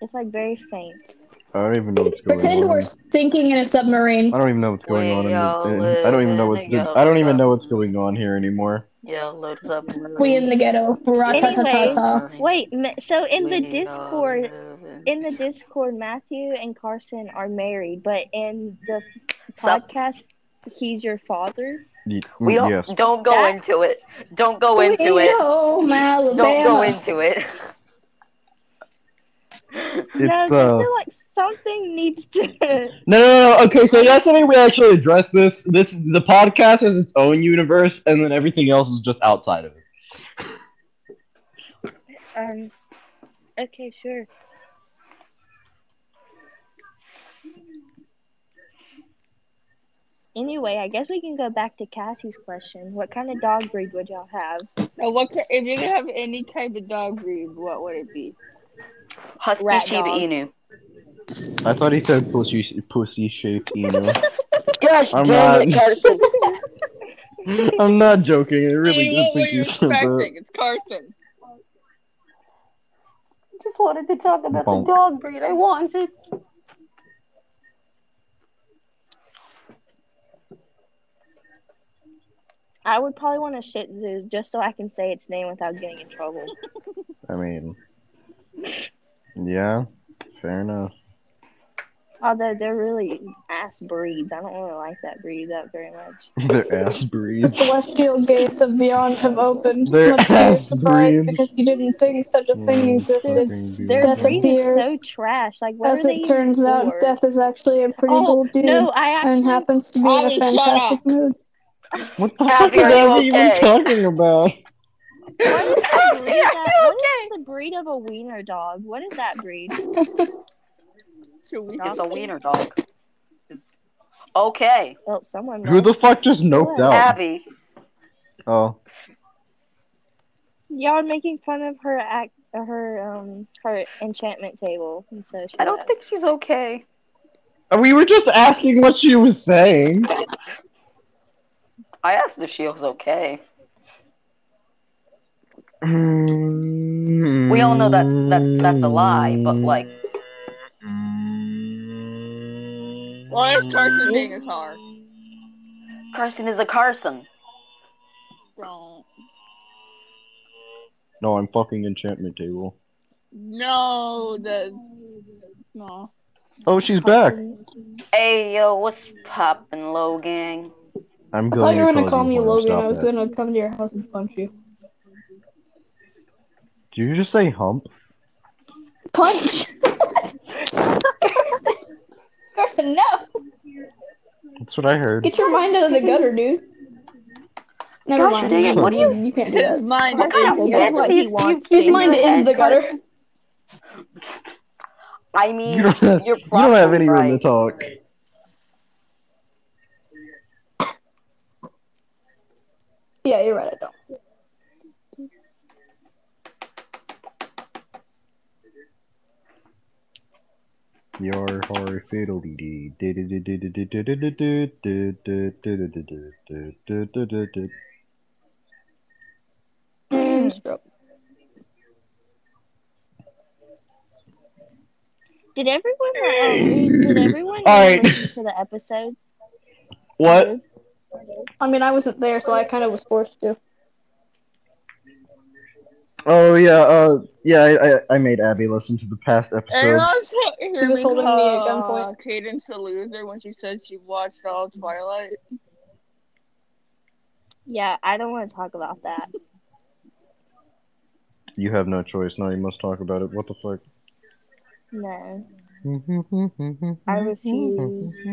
[SPEAKER 5] it's like very faint.
[SPEAKER 2] I don't even know what's going
[SPEAKER 4] Pretend
[SPEAKER 2] on.
[SPEAKER 4] we're sinking in a submarine.
[SPEAKER 2] I don't even know what's going on. In
[SPEAKER 1] We'll
[SPEAKER 2] the, in- I don't even know
[SPEAKER 1] live
[SPEAKER 2] what's.
[SPEAKER 1] and
[SPEAKER 2] go-
[SPEAKER 1] go
[SPEAKER 2] I don't even
[SPEAKER 1] up.
[SPEAKER 2] know what's going on here anymore.
[SPEAKER 1] Yeah. Load us up.
[SPEAKER 4] We in the ghetto. Ra-ta-ta-ta-ta.
[SPEAKER 5] Wait, ma- so in the
[SPEAKER 1] We
[SPEAKER 5] Discord
[SPEAKER 1] all live in-
[SPEAKER 5] in the Discord Matthew and Carson are married, but in the
[SPEAKER 1] Sup?
[SPEAKER 5] podcast he's your father.
[SPEAKER 2] Ye-
[SPEAKER 1] We don't.
[SPEAKER 2] mm, yes.
[SPEAKER 1] Don't go
[SPEAKER 5] That-
[SPEAKER 1] into it. Don't go into
[SPEAKER 4] We
[SPEAKER 1] it.
[SPEAKER 4] home, Alabama.
[SPEAKER 1] Don't go into it.
[SPEAKER 2] It's
[SPEAKER 5] no, I
[SPEAKER 2] uh.
[SPEAKER 5] feel like something needs to.
[SPEAKER 2] No, no, no. Okay, so that's the way we actually address this. This the podcast is its own universe, and then everything else is just outside of it.
[SPEAKER 5] um. Okay, sure. Anyway, I guess we can go back to Cassie's question. What kind of dog breed would y'all have?
[SPEAKER 3] Now, what ki- if you could have any kind of dog breed? What would it be?
[SPEAKER 1] Husky
[SPEAKER 3] Rat
[SPEAKER 1] Shiba
[SPEAKER 3] dog.
[SPEAKER 1] Inu.
[SPEAKER 2] I thought he said pussy, pussy shaped emu.
[SPEAKER 1] Gosh
[SPEAKER 2] I'm
[SPEAKER 1] dang
[SPEAKER 2] not-
[SPEAKER 1] it, Carson.
[SPEAKER 2] I'm not joking. I really
[SPEAKER 3] Hey,
[SPEAKER 2] did
[SPEAKER 3] what were
[SPEAKER 2] think
[SPEAKER 3] you
[SPEAKER 2] you said that.
[SPEAKER 3] expecting? It's Carson.
[SPEAKER 6] just wanted to talk about
[SPEAKER 2] Bonk.
[SPEAKER 6] the dog breed I wanted.
[SPEAKER 5] I would probably want a Shih Tzu just so I can say its name without getting in trouble.
[SPEAKER 2] I mean, yeah, fair enough.
[SPEAKER 5] Although they're really ass breeds. I don't really like that breed that very much.
[SPEAKER 2] Their ass
[SPEAKER 4] The
[SPEAKER 2] breeds.
[SPEAKER 4] celestial gates of beyond have opened.
[SPEAKER 2] Their
[SPEAKER 4] Much to your
[SPEAKER 2] ass Mm,
[SPEAKER 4] surprise,
[SPEAKER 2] breeds.
[SPEAKER 4] because you didn't think such a thing existed.
[SPEAKER 5] Their
[SPEAKER 2] Mm-hmm.
[SPEAKER 4] That's a
[SPEAKER 5] breed is
[SPEAKER 4] beer.
[SPEAKER 5] so trash. Like what
[SPEAKER 4] As
[SPEAKER 5] are they
[SPEAKER 4] it turns
[SPEAKER 5] even
[SPEAKER 4] out,
[SPEAKER 5] for?
[SPEAKER 4] death is actually a pretty
[SPEAKER 5] Oh
[SPEAKER 4] cool dude
[SPEAKER 5] no, I
[SPEAKER 4] and
[SPEAKER 5] actually
[SPEAKER 4] happens to be
[SPEAKER 3] Abby,
[SPEAKER 4] in a
[SPEAKER 3] shut
[SPEAKER 4] fantastic mood.
[SPEAKER 2] What the
[SPEAKER 1] Abby,
[SPEAKER 2] fuck is
[SPEAKER 1] are you
[SPEAKER 2] Abby even
[SPEAKER 1] okay?
[SPEAKER 2] talking about?
[SPEAKER 5] What is the breed?
[SPEAKER 1] Yeah,
[SPEAKER 5] That, what is the breed of a wiener dog? What is that breed?
[SPEAKER 3] Should we
[SPEAKER 1] It's a wiener dog. It's- Okay,
[SPEAKER 5] Oh, someone.
[SPEAKER 2] Who the fuck just noped out?
[SPEAKER 1] Abby.
[SPEAKER 2] Oh,
[SPEAKER 5] Y'all are making fun of her act, her um, her enchantment table. And so she
[SPEAKER 1] I don't think she's okay.
[SPEAKER 2] we were just asking what she was saying.
[SPEAKER 1] I asked if she was okay.
[SPEAKER 2] We
[SPEAKER 1] all know that's- that's- that's a lie, but, like-
[SPEAKER 3] Why is Carson being a tar?
[SPEAKER 1] Carson is a Carson.
[SPEAKER 3] Don't.
[SPEAKER 2] No, I'm fucking enchantment table.
[SPEAKER 3] No, the no.
[SPEAKER 2] Oh, she's back.
[SPEAKER 1] Hey yo, what's poppin', low gang?
[SPEAKER 2] I'm
[SPEAKER 4] I
[SPEAKER 2] glad
[SPEAKER 4] thought you
[SPEAKER 2] your
[SPEAKER 4] were gonna call
[SPEAKER 2] cousin
[SPEAKER 4] me
[SPEAKER 2] wanted to
[SPEAKER 4] Logan.
[SPEAKER 2] stop
[SPEAKER 4] I was
[SPEAKER 2] that.
[SPEAKER 4] gonna come to your house and punch you.
[SPEAKER 2] Did you just say hump?
[SPEAKER 4] Punch. Carson, no!
[SPEAKER 2] That's what I heard.
[SPEAKER 4] Get your mind out of the gutter, dude. Never
[SPEAKER 1] Gosh
[SPEAKER 4] mind.
[SPEAKER 1] dang it, what are you-
[SPEAKER 4] You can't do
[SPEAKER 3] His
[SPEAKER 4] that.
[SPEAKER 3] mind
[SPEAKER 5] What kind of
[SPEAKER 3] is
[SPEAKER 1] Yeah,
[SPEAKER 5] that's what he
[SPEAKER 1] you-
[SPEAKER 5] wants.
[SPEAKER 1] you-
[SPEAKER 5] to
[SPEAKER 4] His mind
[SPEAKER 5] do.
[SPEAKER 4] is the gutter.
[SPEAKER 1] I
[SPEAKER 2] You
[SPEAKER 1] mean,
[SPEAKER 2] don't have, you
[SPEAKER 1] you're
[SPEAKER 2] don't have
[SPEAKER 1] probably
[SPEAKER 2] any room to
[SPEAKER 1] right.
[SPEAKER 2] talk.
[SPEAKER 4] Yeah, you're right. I don't.
[SPEAKER 2] Your horror fiddly dee dee dee dee dee dee dee dee dee dee dee dee dee dee dee dee dee dee dee dee.
[SPEAKER 4] Mm, stroke.
[SPEAKER 5] Did everyone? Um, did everyone
[SPEAKER 2] All right.
[SPEAKER 5] listen to the episodes?
[SPEAKER 2] What?
[SPEAKER 4] I mean, I wasn't there, so I kind of was forced to.
[SPEAKER 2] Oh yeah, uh, yeah. I, I I made Abby listen to the past episodes.
[SPEAKER 3] Everyone's he- hearing
[SPEAKER 4] was
[SPEAKER 3] me
[SPEAKER 4] holding me at
[SPEAKER 3] call,
[SPEAKER 4] gunpoint.
[SPEAKER 3] uh, Cadence the loser when she said she watched all of Twilight.
[SPEAKER 5] Yeah, I don't want to talk about that.
[SPEAKER 2] You have no choice. Now you must talk about it. What the fuck?
[SPEAKER 5] No, I refuse.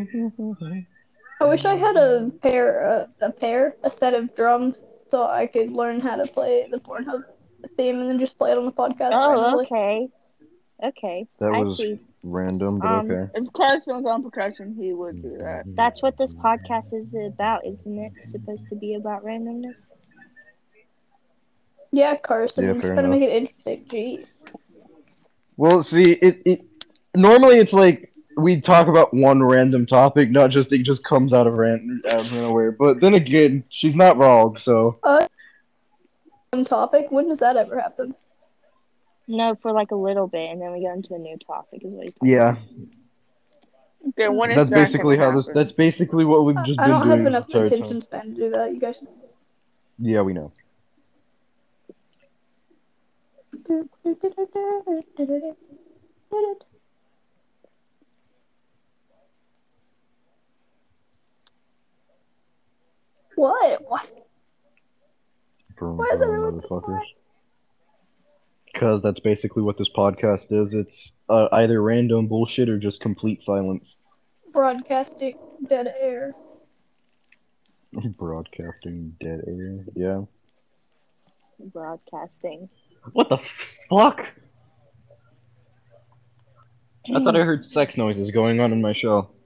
[SPEAKER 4] I wish I had a pair, uh, a pair, a set of drums, so I could learn how to play the Pornhub theme and then just play it on the podcast.
[SPEAKER 5] Oh,
[SPEAKER 4] randomly.
[SPEAKER 5] okay, okay.
[SPEAKER 2] That
[SPEAKER 5] I
[SPEAKER 2] was-
[SPEAKER 5] see.
[SPEAKER 2] Random, but
[SPEAKER 5] Um,
[SPEAKER 2] okay.
[SPEAKER 3] If Carson was on percussion, he would do that.
[SPEAKER 5] That's what this podcast is about, isn't it? Supposed to be about randomness.
[SPEAKER 4] Yeah, Carson,
[SPEAKER 2] Yeah,
[SPEAKER 4] I'm
[SPEAKER 2] fair
[SPEAKER 4] just trying to
[SPEAKER 2] enough.
[SPEAKER 4] make it interesting. Gee.
[SPEAKER 2] Well, see, it, it normally it's like we talk about one random topic, not just it just comes out of ran out of nowhere. But then again, she's not wrong, so
[SPEAKER 4] One topic. When does that ever happen?
[SPEAKER 5] No, for like a little bit, and then we go into a new topic. Is what he's talking
[SPEAKER 2] yeah,
[SPEAKER 3] Okay, when is
[SPEAKER 2] that's
[SPEAKER 3] that
[SPEAKER 2] basically
[SPEAKER 3] gonna
[SPEAKER 2] how this.
[SPEAKER 3] happen?
[SPEAKER 2] That's basically what we've just
[SPEAKER 4] I
[SPEAKER 2] been
[SPEAKER 4] don't
[SPEAKER 2] doing.
[SPEAKER 4] have enough
[SPEAKER 2] the entire time.
[SPEAKER 4] attention span to do that. You guys.
[SPEAKER 2] Yeah, we know.
[SPEAKER 4] What? What?
[SPEAKER 2] Vroom,
[SPEAKER 4] Why is
[SPEAKER 2] vroom,
[SPEAKER 4] everyone so
[SPEAKER 2] motherfuckers. Because that's basically what this podcast is. It's uh, either random bullshit or just complete silence.
[SPEAKER 4] Broadcasting dead air.
[SPEAKER 2] Broadcasting dead air. Yeah.
[SPEAKER 5] Broadcasting.
[SPEAKER 2] What the fuck? I thought I heard sex noises going on in my show.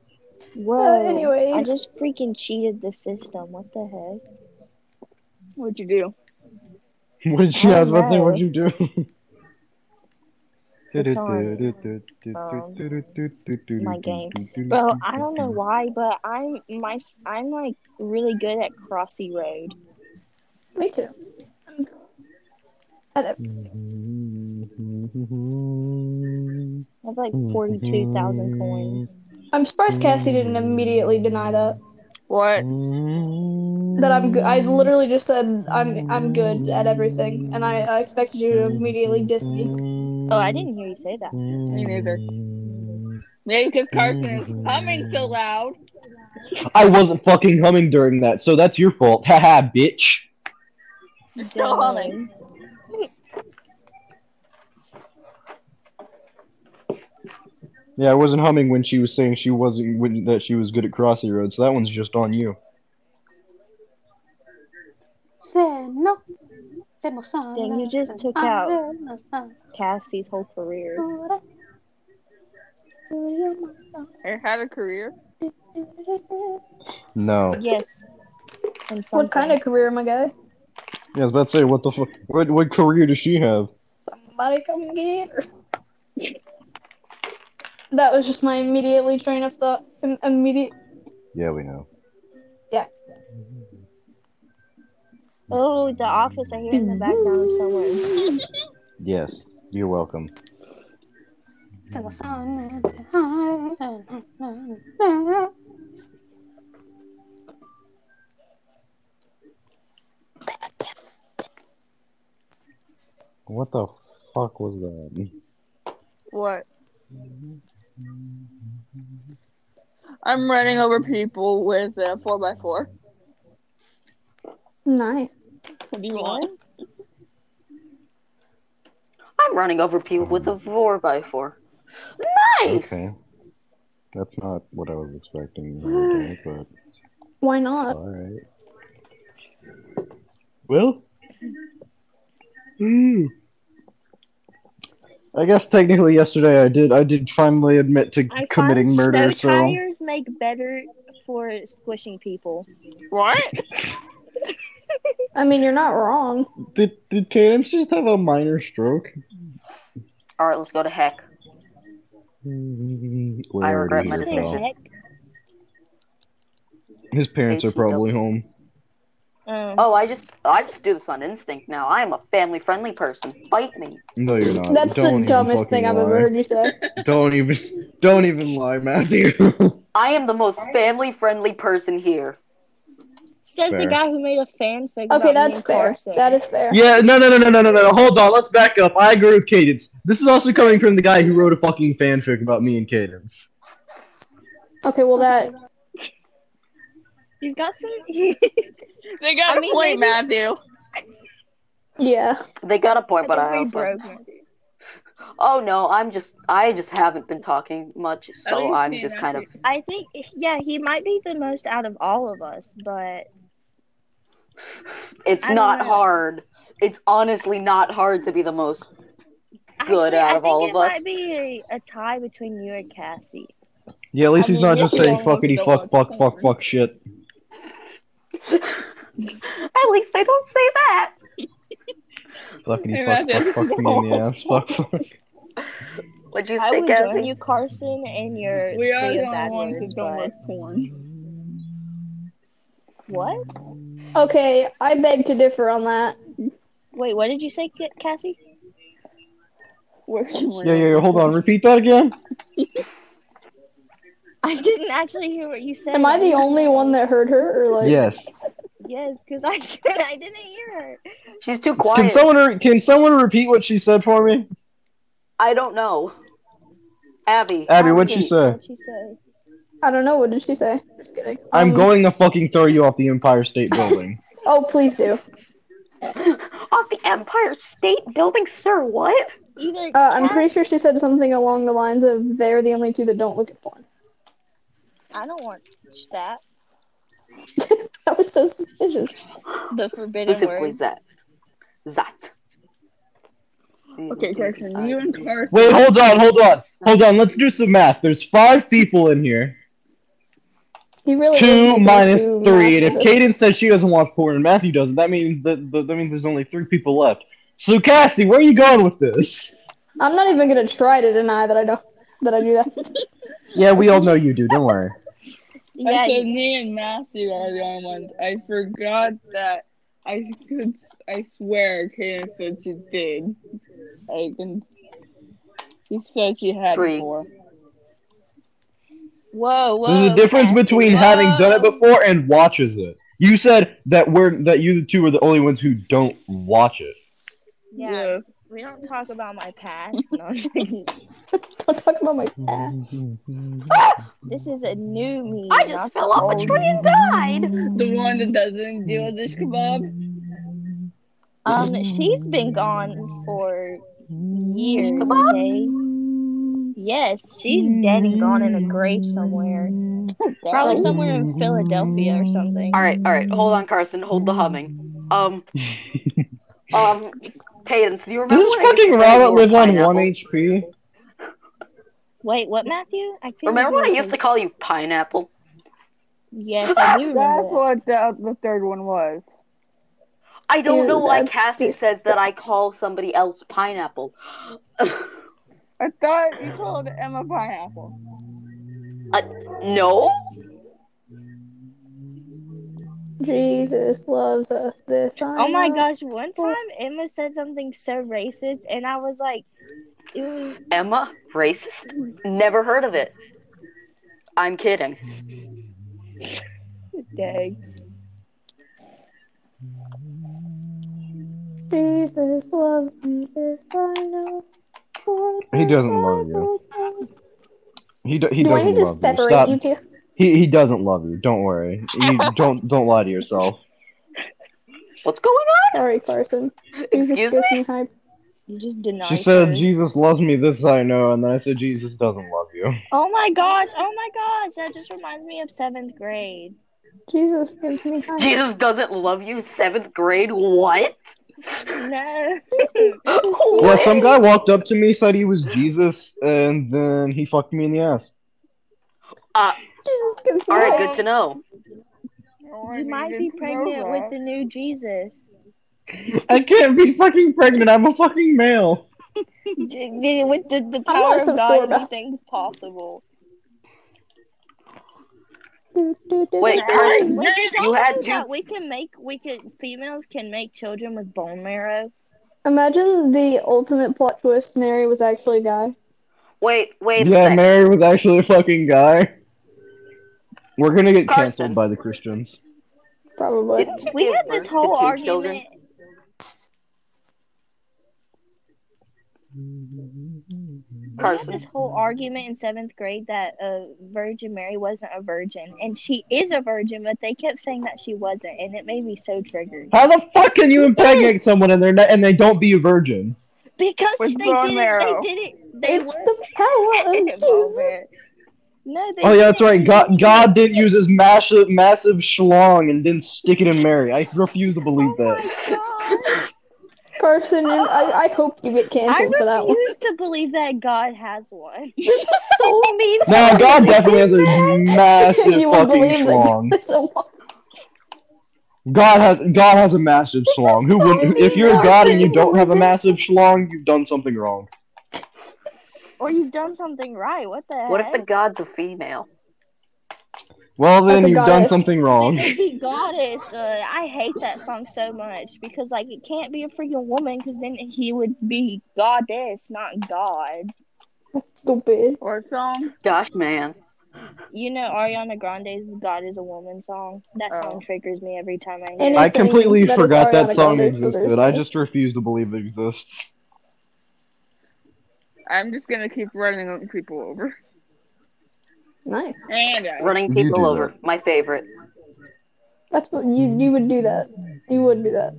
[SPEAKER 5] Uh, Whoa.
[SPEAKER 4] anyways.
[SPEAKER 5] I just freaking cheated the system. What the heck?
[SPEAKER 3] What'd you do?
[SPEAKER 2] What did you? I was about to say,
[SPEAKER 5] Hello.
[SPEAKER 2] what'd you do?
[SPEAKER 5] It's on my game. Bro, I
[SPEAKER 2] Mm-hmm.
[SPEAKER 5] don't know why, but I'm my I'm like really good at Crossy Road.
[SPEAKER 4] Me too.
[SPEAKER 5] I have like forty two thousand coins.
[SPEAKER 4] I'm surprised Cassie didn't immediately deny that.
[SPEAKER 3] What?
[SPEAKER 4] That I'm good. I literally just said I'm I'm good at everything, and I, I expected you to immediately diss me.
[SPEAKER 5] Oh, I didn't hear you say that.
[SPEAKER 3] Me neither. Maybe because Carson is humming so loud.
[SPEAKER 2] I wasn't fucking humming during that, so that's your fault. Haha, bitch.
[SPEAKER 3] You're still humming.
[SPEAKER 2] Yeah, I wasn't humming when she was saying she wasn't when, that she was good at Crossy Road, so that one's just on you.
[SPEAKER 6] Say no. Then
[SPEAKER 5] Dang, you just took out Cassie's whole career.
[SPEAKER 3] Or had a career.
[SPEAKER 2] No.
[SPEAKER 5] Yes. And
[SPEAKER 4] What kind
[SPEAKER 5] something.
[SPEAKER 4] of career, my guy?
[SPEAKER 2] Yeah, I was about to say, what the fuck? What, what career does she have?
[SPEAKER 4] Somebody come get her. That was just my immediately train of thought. Im- immediate.
[SPEAKER 2] Yeah, we know.
[SPEAKER 5] Oh, The Office. I hear it in the background somewhere.
[SPEAKER 2] Yes, you're welcome. What the fuck was that?
[SPEAKER 3] What? Mm-hmm. I'm running over people with a 4x4.
[SPEAKER 4] Nice.
[SPEAKER 3] What do you want?
[SPEAKER 1] I'm running over people with a four by four. Nice.
[SPEAKER 2] Okay. That's not what I was expecting, okay, but
[SPEAKER 4] Why not?
[SPEAKER 2] alright. Well, mm. I guess technically yesterday I did I did finally admit to
[SPEAKER 5] I
[SPEAKER 2] committing
[SPEAKER 5] found
[SPEAKER 2] murder.
[SPEAKER 5] snow
[SPEAKER 2] so
[SPEAKER 5] tires make better for squishing people.
[SPEAKER 3] What?
[SPEAKER 4] I mean, you're not wrong.
[SPEAKER 2] did did Cadence just have a minor stroke?
[SPEAKER 1] All right, let's go to heck.
[SPEAKER 2] I
[SPEAKER 1] regret my
[SPEAKER 5] You say
[SPEAKER 1] decision.
[SPEAKER 5] heck?
[SPEAKER 2] His parents are
[SPEAKER 1] H E
[SPEAKER 2] probably
[SPEAKER 1] W.
[SPEAKER 2] home.
[SPEAKER 5] Um,
[SPEAKER 1] Oh, I just I just do this on instinct now. I am a family friendly person. Bite me.
[SPEAKER 2] No, you're not.
[SPEAKER 4] That's
[SPEAKER 2] Don't even
[SPEAKER 4] the dumbest thing
[SPEAKER 2] fucking
[SPEAKER 4] I've ever
[SPEAKER 2] lie.
[SPEAKER 4] heard you say.
[SPEAKER 2] Don't even, don't even lie, Matthew.
[SPEAKER 1] I am the most family friendly person here.
[SPEAKER 5] says
[SPEAKER 2] fair.
[SPEAKER 5] the guy who made a fanfic. about me
[SPEAKER 4] Okay, that's
[SPEAKER 5] and
[SPEAKER 4] fair.
[SPEAKER 5] Carson.
[SPEAKER 4] That is fair.
[SPEAKER 2] yeah, no, no, no, no, no, no, no. Hold on, let's back up. I agree with Cadence. This is also coming from the guy who wrote a fucking fanfic about me and Cadence.
[SPEAKER 4] Okay, well that
[SPEAKER 5] He's got some.
[SPEAKER 3] They got
[SPEAKER 5] I
[SPEAKER 3] a
[SPEAKER 5] mean,
[SPEAKER 3] point, Matthew.
[SPEAKER 4] yeah.
[SPEAKER 1] They got a point, but
[SPEAKER 5] I
[SPEAKER 1] I
[SPEAKER 5] think we
[SPEAKER 1] also
[SPEAKER 5] broke it.
[SPEAKER 1] Oh no, I'm just I just haven't been talking much, so
[SPEAKER 3] least
[SPEAKER 1] I'm
[SPEAKER 3] me
[SPEAKER 1] just
[SPEAKER 3] and
[SPEAKER 1] kind of
[SPEAKER 3] Matthew.
[SPEAKER 5] I think, yeah, he might be the most out of all of us, but
[SPEAKER 1] it's
[SPEAKER 5] I don't
[SPEAKER 1] not
[SPEAKER 5] know.
[SPEAKER 1] hard. It's honestly not hard to be the most Good out
[SPEAKER 5] actually, I
[SPEAKER 1] of
[SPEAKER 5] think
[SPEAKER 1] all
[SPEAKER 5] it
[SPEAKER 1] of us.
[SPEAKER 5] might be a, a tie between you and Cassie.
[SPEAKER 2] Yeah, at least
[SPEAKER 3] I
[SPEAKER 2] he's
[SPEAKER 3] mean,
[SPEAKER 2] not just
[SPEAKER 3] you're
[SPEAKER 2] saying
[SPEAKER 3] the one
[SPEAKER 2] fuckity
[SPEAKER 3] who's
[SPEAKER 2] fuck,
[SPEAKER 3] going
[SPEAKER 2] fuck, fuck,
[SPEAKER 3] somewhere.
[SPEAKER 2] fuck shit.
[SPEAKER 1] At least they don't say that.
[SPEAKER 2] Fuckity
[SPEAKER 3] Hey,
[SPEAKER 2] fuck,
[SPEAKER 3] Matthew,
[SPEAKER 2] fuck, fuck me in the ass. Fuck, fuck.
[SPEAKER 1] What'd you
[SPEAKER 5] I
[SPEAKER 1] say,
[SPEAKER 5] would join
[SPEAKER 1] Cassie?
[SPEAKER 5] you, Carson, and your
[SPEAKER 3] We are
[SPEAKER 5] spree
[SPEAKER 3] the
[SPEAKER 5] of bad
[SPEAKER 3] only ones
[SPEAKER 5] words,
[SPEAKER 3] who's going to
[SPEAKER 5] but
[SPEAKER 3] work porn.
[SPEAKER 5] what?
[SPEAKER 4] Okay, I beg to differ on that.
[SPEAKER 5] Wait, what did you say, Ca- Cassie?
[SPEAKER 3] Working with
[SPEAKER 2] Yeah, yeah, yeah. Hold on. Repeat that again.
[SPEAKER 5] I didn't actually hear what you said.
[SPEAKER 4] Am I the only one that heard her or like
[SPEAKER 2] Yes.
[SPEAKER 5] Yes, because I, I didn't hear her.
[SPEAKER 1] She's too
[SPEAKER 2] Can
[SPEAKER 1] quiet.
[SPEAKER 2] someone re- can someone repeat what she said for me?
[SPEAKER 1] I don't know. Abby.
[SPEAKER 2] Abby, what'd she say?
[SPEAKER 5] What'd she say?
[SPEAKER 4] I don't know, what did she say? Just kidding.
[SPEAKER 2] I'm
[SPEAKER 4] Um,
[SPEAKER 2] going to fucking throw you off the Empire State Building.
[SPEAKER 4] Oh please do.
[SPEAKER 6] of the Empire State Building, sir. What?
[SPEAKER 5] Either
[SPEAKER 4] Uh, I'm pretty
[SPEAKER 5] Cass-
[SPEAKER 4] sure she said something along the lines of they're the only two that don't look at porn.
[SPEAKER 5] I don't want that.
[SPEAKER 4] That was so suspicious.
[SPEAKER 5] The forbidden
[SPEAKER 1] Specifically,
[SPEAKER 5] word.
[SPEAKER 1] that. That.
[SPEAKER 3] Okay, Carson, you and Carson.
[SPEAKER 2] Wait, hold on, hold on, hold on. Let's do some math. There's five people in here.
[SPEAKER 4] He really is
[SPEAKER 2] Two
[SPEAKER 4] making
[SPEAKER 2] minus
[SPEAKER 4] two
[SPEAKER 2] three. And if
[SPEAKER 4] massive-
[SPEAKER 2] Caden says she doesn't watch porn and Matthew doesn't, that means that, that, that means there's only three people left. So Cassie, where are you going with this?
[SPEAKER 4] I'm not even gonna try to deny that I don't that I do that.
[SPEAKER 2] Yeah, we all know you do. Don't worry.
[SPEAKER 5] Yeah,
[SPEAKER 3] I said
[SPEAKER 5] you-
[SPEAKER 3] me and Matthew are the only ones. I forgot that. I could. I swear, Kayden said she did. I can. She said she had
[SPEAKER 1] Three.
[SPEAKER 3] four.
[SPEAKER 5] whoa, whoa.
[SPEAKER 2] There's a difference
[SPEAKER 5] Cassie,
[SPEAKER 2] between
[SPEAKER 5] whoa.
[SPEAKER 2] having done it before and watches it. You said that we're that you two are the only ones who don't watch it.
[SPEAKER 5] Yeah,
[SPEAKER 3] Yes.
[SPEAKER 5] we don't talk about my past. No, I'm just kidding.
[SPEAKER 4] Don't talk about my ass.
[SPEAKER 5] this is a new me.
[SPEAKER 6] I just
[SPEAKER 5] not
[SPEAKER 6] fell
[SPEAKER 5] the
[SPEAKER 6] off a
[SPEAKER 5] old
[SPEAKER 6] tree and died.
[SPEAKER 3] The one that doesn't deal with this kebab.
[SPEAKER 5] Um, she's been gone for years. Okay. Yes, she's dead and gone in a grave somewhere. Probably somewhere in Philadelphia or something.
[SPEAKER 1] All right, all right. Hold on, Carson. Hold the humming. Um, um, Cadence, do you remember
[SPEAKER 2] Does
[SPEAKER 1] when I used
[SPEAKER 2] this
[SPEAKER 1] to
[SPEAKER 2] fucking
[SPEAKER 1] play
[SPEAKER 2] rabbit
[SPEAKER 1] Lord
[SPEAKER 2] live on
[SPEAKER 1] Pineapple?
[SPEAKER 2] one HP?
[SPEAKER 5] Wait, what, Matthew? I couldn't
[SPEAKER 1] Remember when I
[SPEAKER 5] hear
[SPEAKER 1] used to
[SPEAKER 5] this.
[SPEAKER 1] call you Pineapple?
[SPEAKER 5] Yes, I do
[SPEAKER 3] That's
[SPEAKER 5] remember.
[SPEAKER 3] what the, the third one was.
[SPEAKER 1] I don't
[SPEAKER 4] Ew,
[SPEAKER 1] know why
[SPEAKER 4] that's
[SPEAKER 1] Cassie
[SPEAKER 4] just-
[SPEAKER 1] says that I call somebody else Pineapple.
[SPEAKER 3] I thought you called Emma pineapple.
[SPEAKER 1] no?
[SPEAKER 4] Jesus loves us this. I
[SPEAKER 5] Oh my
[SPEAKER 4] know.
[SPEAKER 5] gosh, one time Emma said something so racist, and I was like, it was
[SPEAKER 1] Emma? Racist? Never heard of it. I'm kidding.
[SPEAKER 5] dang.
[SPEAKER 4] Jesus loves me this. I know.
[SPEAKER 2] He doesn't love you. He do, he
[SPEAKER 4] Do
[SPEAKER 2] doesn't
[SPEAKER 4] I need to
[SPEAKER 2] love you.
[SPEAKER 4] separate
[SPEAKER 2] Stop.
[SPEAKER 4] you two?
[SPEAKER 2] He he doesn't love you. Don't worry. You don't don't lie to yourself.
[SPEAKER 1] What's going on?
[SPEAKER 4] Sorry, Carson. You just
[SPEAKER 1] Excuse
[SPEAKER 4] gives
[SPEAKER 1] me?
[SPEAKER 4] me hype.
[SPEAKER 5] You just denied
[SPEAKER 2] She said,
[SPEAKER 5] her.
[SPEAKER 2] "Jesus loves me. This I know." And then I said, "Jesus doesn't love you."
[SPEAKER 5] oh my gosh, oh my gosh, that just reminds me of seventh grade.
[SPEAKER 4] Jesus gives me hype.
[SPEAKER 1] Jesus doesn't love you, seventh grade? What?
[SPEAKER 5] No.
[SPEAKER 2] Well,
[SPEAKER 1] what?
[SPEAKER 2] some guy walked up to me, said he was Jesus, and then he fucked me in the ass.
[SPEAKER 4] Jesus gives me
[SPEAKER 1] All right,
[SPEAKER 4] hype.
[SPEAKER 1] good to know.
[SPEAKER 5] you might be pregnant with the new Jesus.
[SPEAKER 2] I can't be fucking pregnant. I'm a fucking male.
[SPEAKER 5] D- d- With the, the
[SPEAKER 4] I'm
[SPEAKER 5] power
[SPEAKER 4] also
[SPEAKER 5] of God,
[SPEAKER 4] Florida.
[SPEAKER 5] anything's possible.
[SPEAKER 4] Do, do, do,
[SPEAKER 1] Wait,
[SPEAKER 4] do.
[SPEAKER 1] Carson,
[SPEAKER 5] Wait, did y'all
[SPEAKER 1] you had
[SPEAKER 5] know
[SPEAKER 1] you-
[SPEAKER 5] that we can make we can females can make children with bone marrow?
[SPEAKER 4] Imagine the ultimate plot twist. Mary was actually a guy.
[SPEAKER 1] Wait, wait a
[SPEAKER 2] yeah,
[SPEAKER 1] sec.
[SPEAKER 2] Mary was actually a fucking guy. We're gonna get
[SPEAKER 1] Carson.
[SPEAKER 2] canceled by the Christians.
[SPEAKER 4] Probably.
[SPEAKER 1] Didn't you
[SPEAKER 5] We
[SPEAKER 1] give
[SPEAKER 5] had
[SPEAKER 1] birth
[SPEAKER 5] this
[SPEAKER 1] to
[SPEAKER 5] whole
[SPEAKER 1] two
[SPEAKER 5] argument.
[SPEAKER 1] children?
[SPEAKER 5] We had
[SPEAKER 1] Carson.
[SPEAKER 5] this whole argument in seventh grade that uh, Virgin Mary wasn't a virgin, and she is a virgin, but they kept saying that she wasn't, and it made me so triggered
[SPEAKER 2] How the fuck can you impregnate someone and they're not, and they don't be a virgin?
[SPEAKER 5] because
[SPEAKER 3] With
[SPEAKER 5] they
[SPEAKER 3] bone
[SPEAKER 5] did
[SPEAKER 3] marrow.
[SPEAKER 5] it. They did it. They
[SPEAKER 4] It's
[SPEAKER 5] were
[SPEAKER 4] the power of
[SPEAKER 5] bone
[SPEAKER 4] Jesus.
[SPEAKER 5] marrow. No, they
[SPEAKER 2] Oh yeah, that's
[SPEAKER 5] didn't.
[SPEAKER 2] right. God, God didn't use his massive, massive schlong and didn't stick it in Mary. I refuse to believe
[SPEAKER 5] Oh
[SPEAKER 2] that.
[SPEAKER 5] my gosh.
[SPEAKER 4] Carson, and I, I hope you get
[SPEAKER 5] I
[SPEAKER 4] canceled for that one.
[SPEAKER 5] refuse to believe that God has one.
[SPEAKER 1] So
[SPEAKER 4] Oh
[SPEAKER 1] mean.
[SPEAKER 2] No, God definitely has a massive
[SPEAKER 4] You wouldn't
[SPEAKER 2] fucking
[SPEAKER 4] believe
[SPEAKER 2] schlong.
[SPEAKER 4] It's a lot.
[SPEAKER 2] God has God has a massive schlong. Who would? If you're God and you don't have a massive schlong, you've done something wrong.
[SPEAKER 5] Or you've done something right. What the
[SPEAKER 1] What if
[SPEAKER 5] heck?
[SPEAKER 1] the god's a female?
[SPEAKER 2] Well, then
[SPEAKER 4] That's a
[SPEAKER 2] you've done
[SPEAKER 4] goddess.
[SPEAKER 2] something
[SPEAKER 5] Then
[SPEAKER 2] wrong.
[SPEAKER 5] it'd be goddess. Uh, I hate that song so much because like it can't be a freaking woman because then he would be goddess, not god.
[SPEAKER 4] Stupid.
[SPEAKER 3] Or song.
[SPEAKER 1] Gosh, man.
[SPEAKER 5] You know Ariana Grande's "God Is a Woman" song. That
[SPEAKER 3] Oh.
[SPEAKER 5] song triggers me every time I hear.
[SPEAKER 4] And
[SPEAKER 5] it.
[SPEAKER 2] I
[SPEAKER 4] Anything
[SPEAKER 2] completely
[SPEAKER 4] that is
[SPEAKER 2] forgot
[SPEAKER 4] Ariana
[SPEAKER 2] that song
[SPEAKER 4] Grande for
[SPEAKER 2] existed.
[SPEAKER 4] Thursday.
[SPEAKER 2] I just refuse to believe it exists.
[SPEAKER 3] I'm just gonna keep running people over.
[SPEAKER 4] Nice.
[SPEAKER 3] And uh, out.
[SPEAKER 1] Running
[SPEAKER 2] You
[SPEAKER 1] people
[SPEAKER 2] do
[SPEAKER 1] over. My favorite.
[SPEAKER 4] That's what you you would do that. You would do that.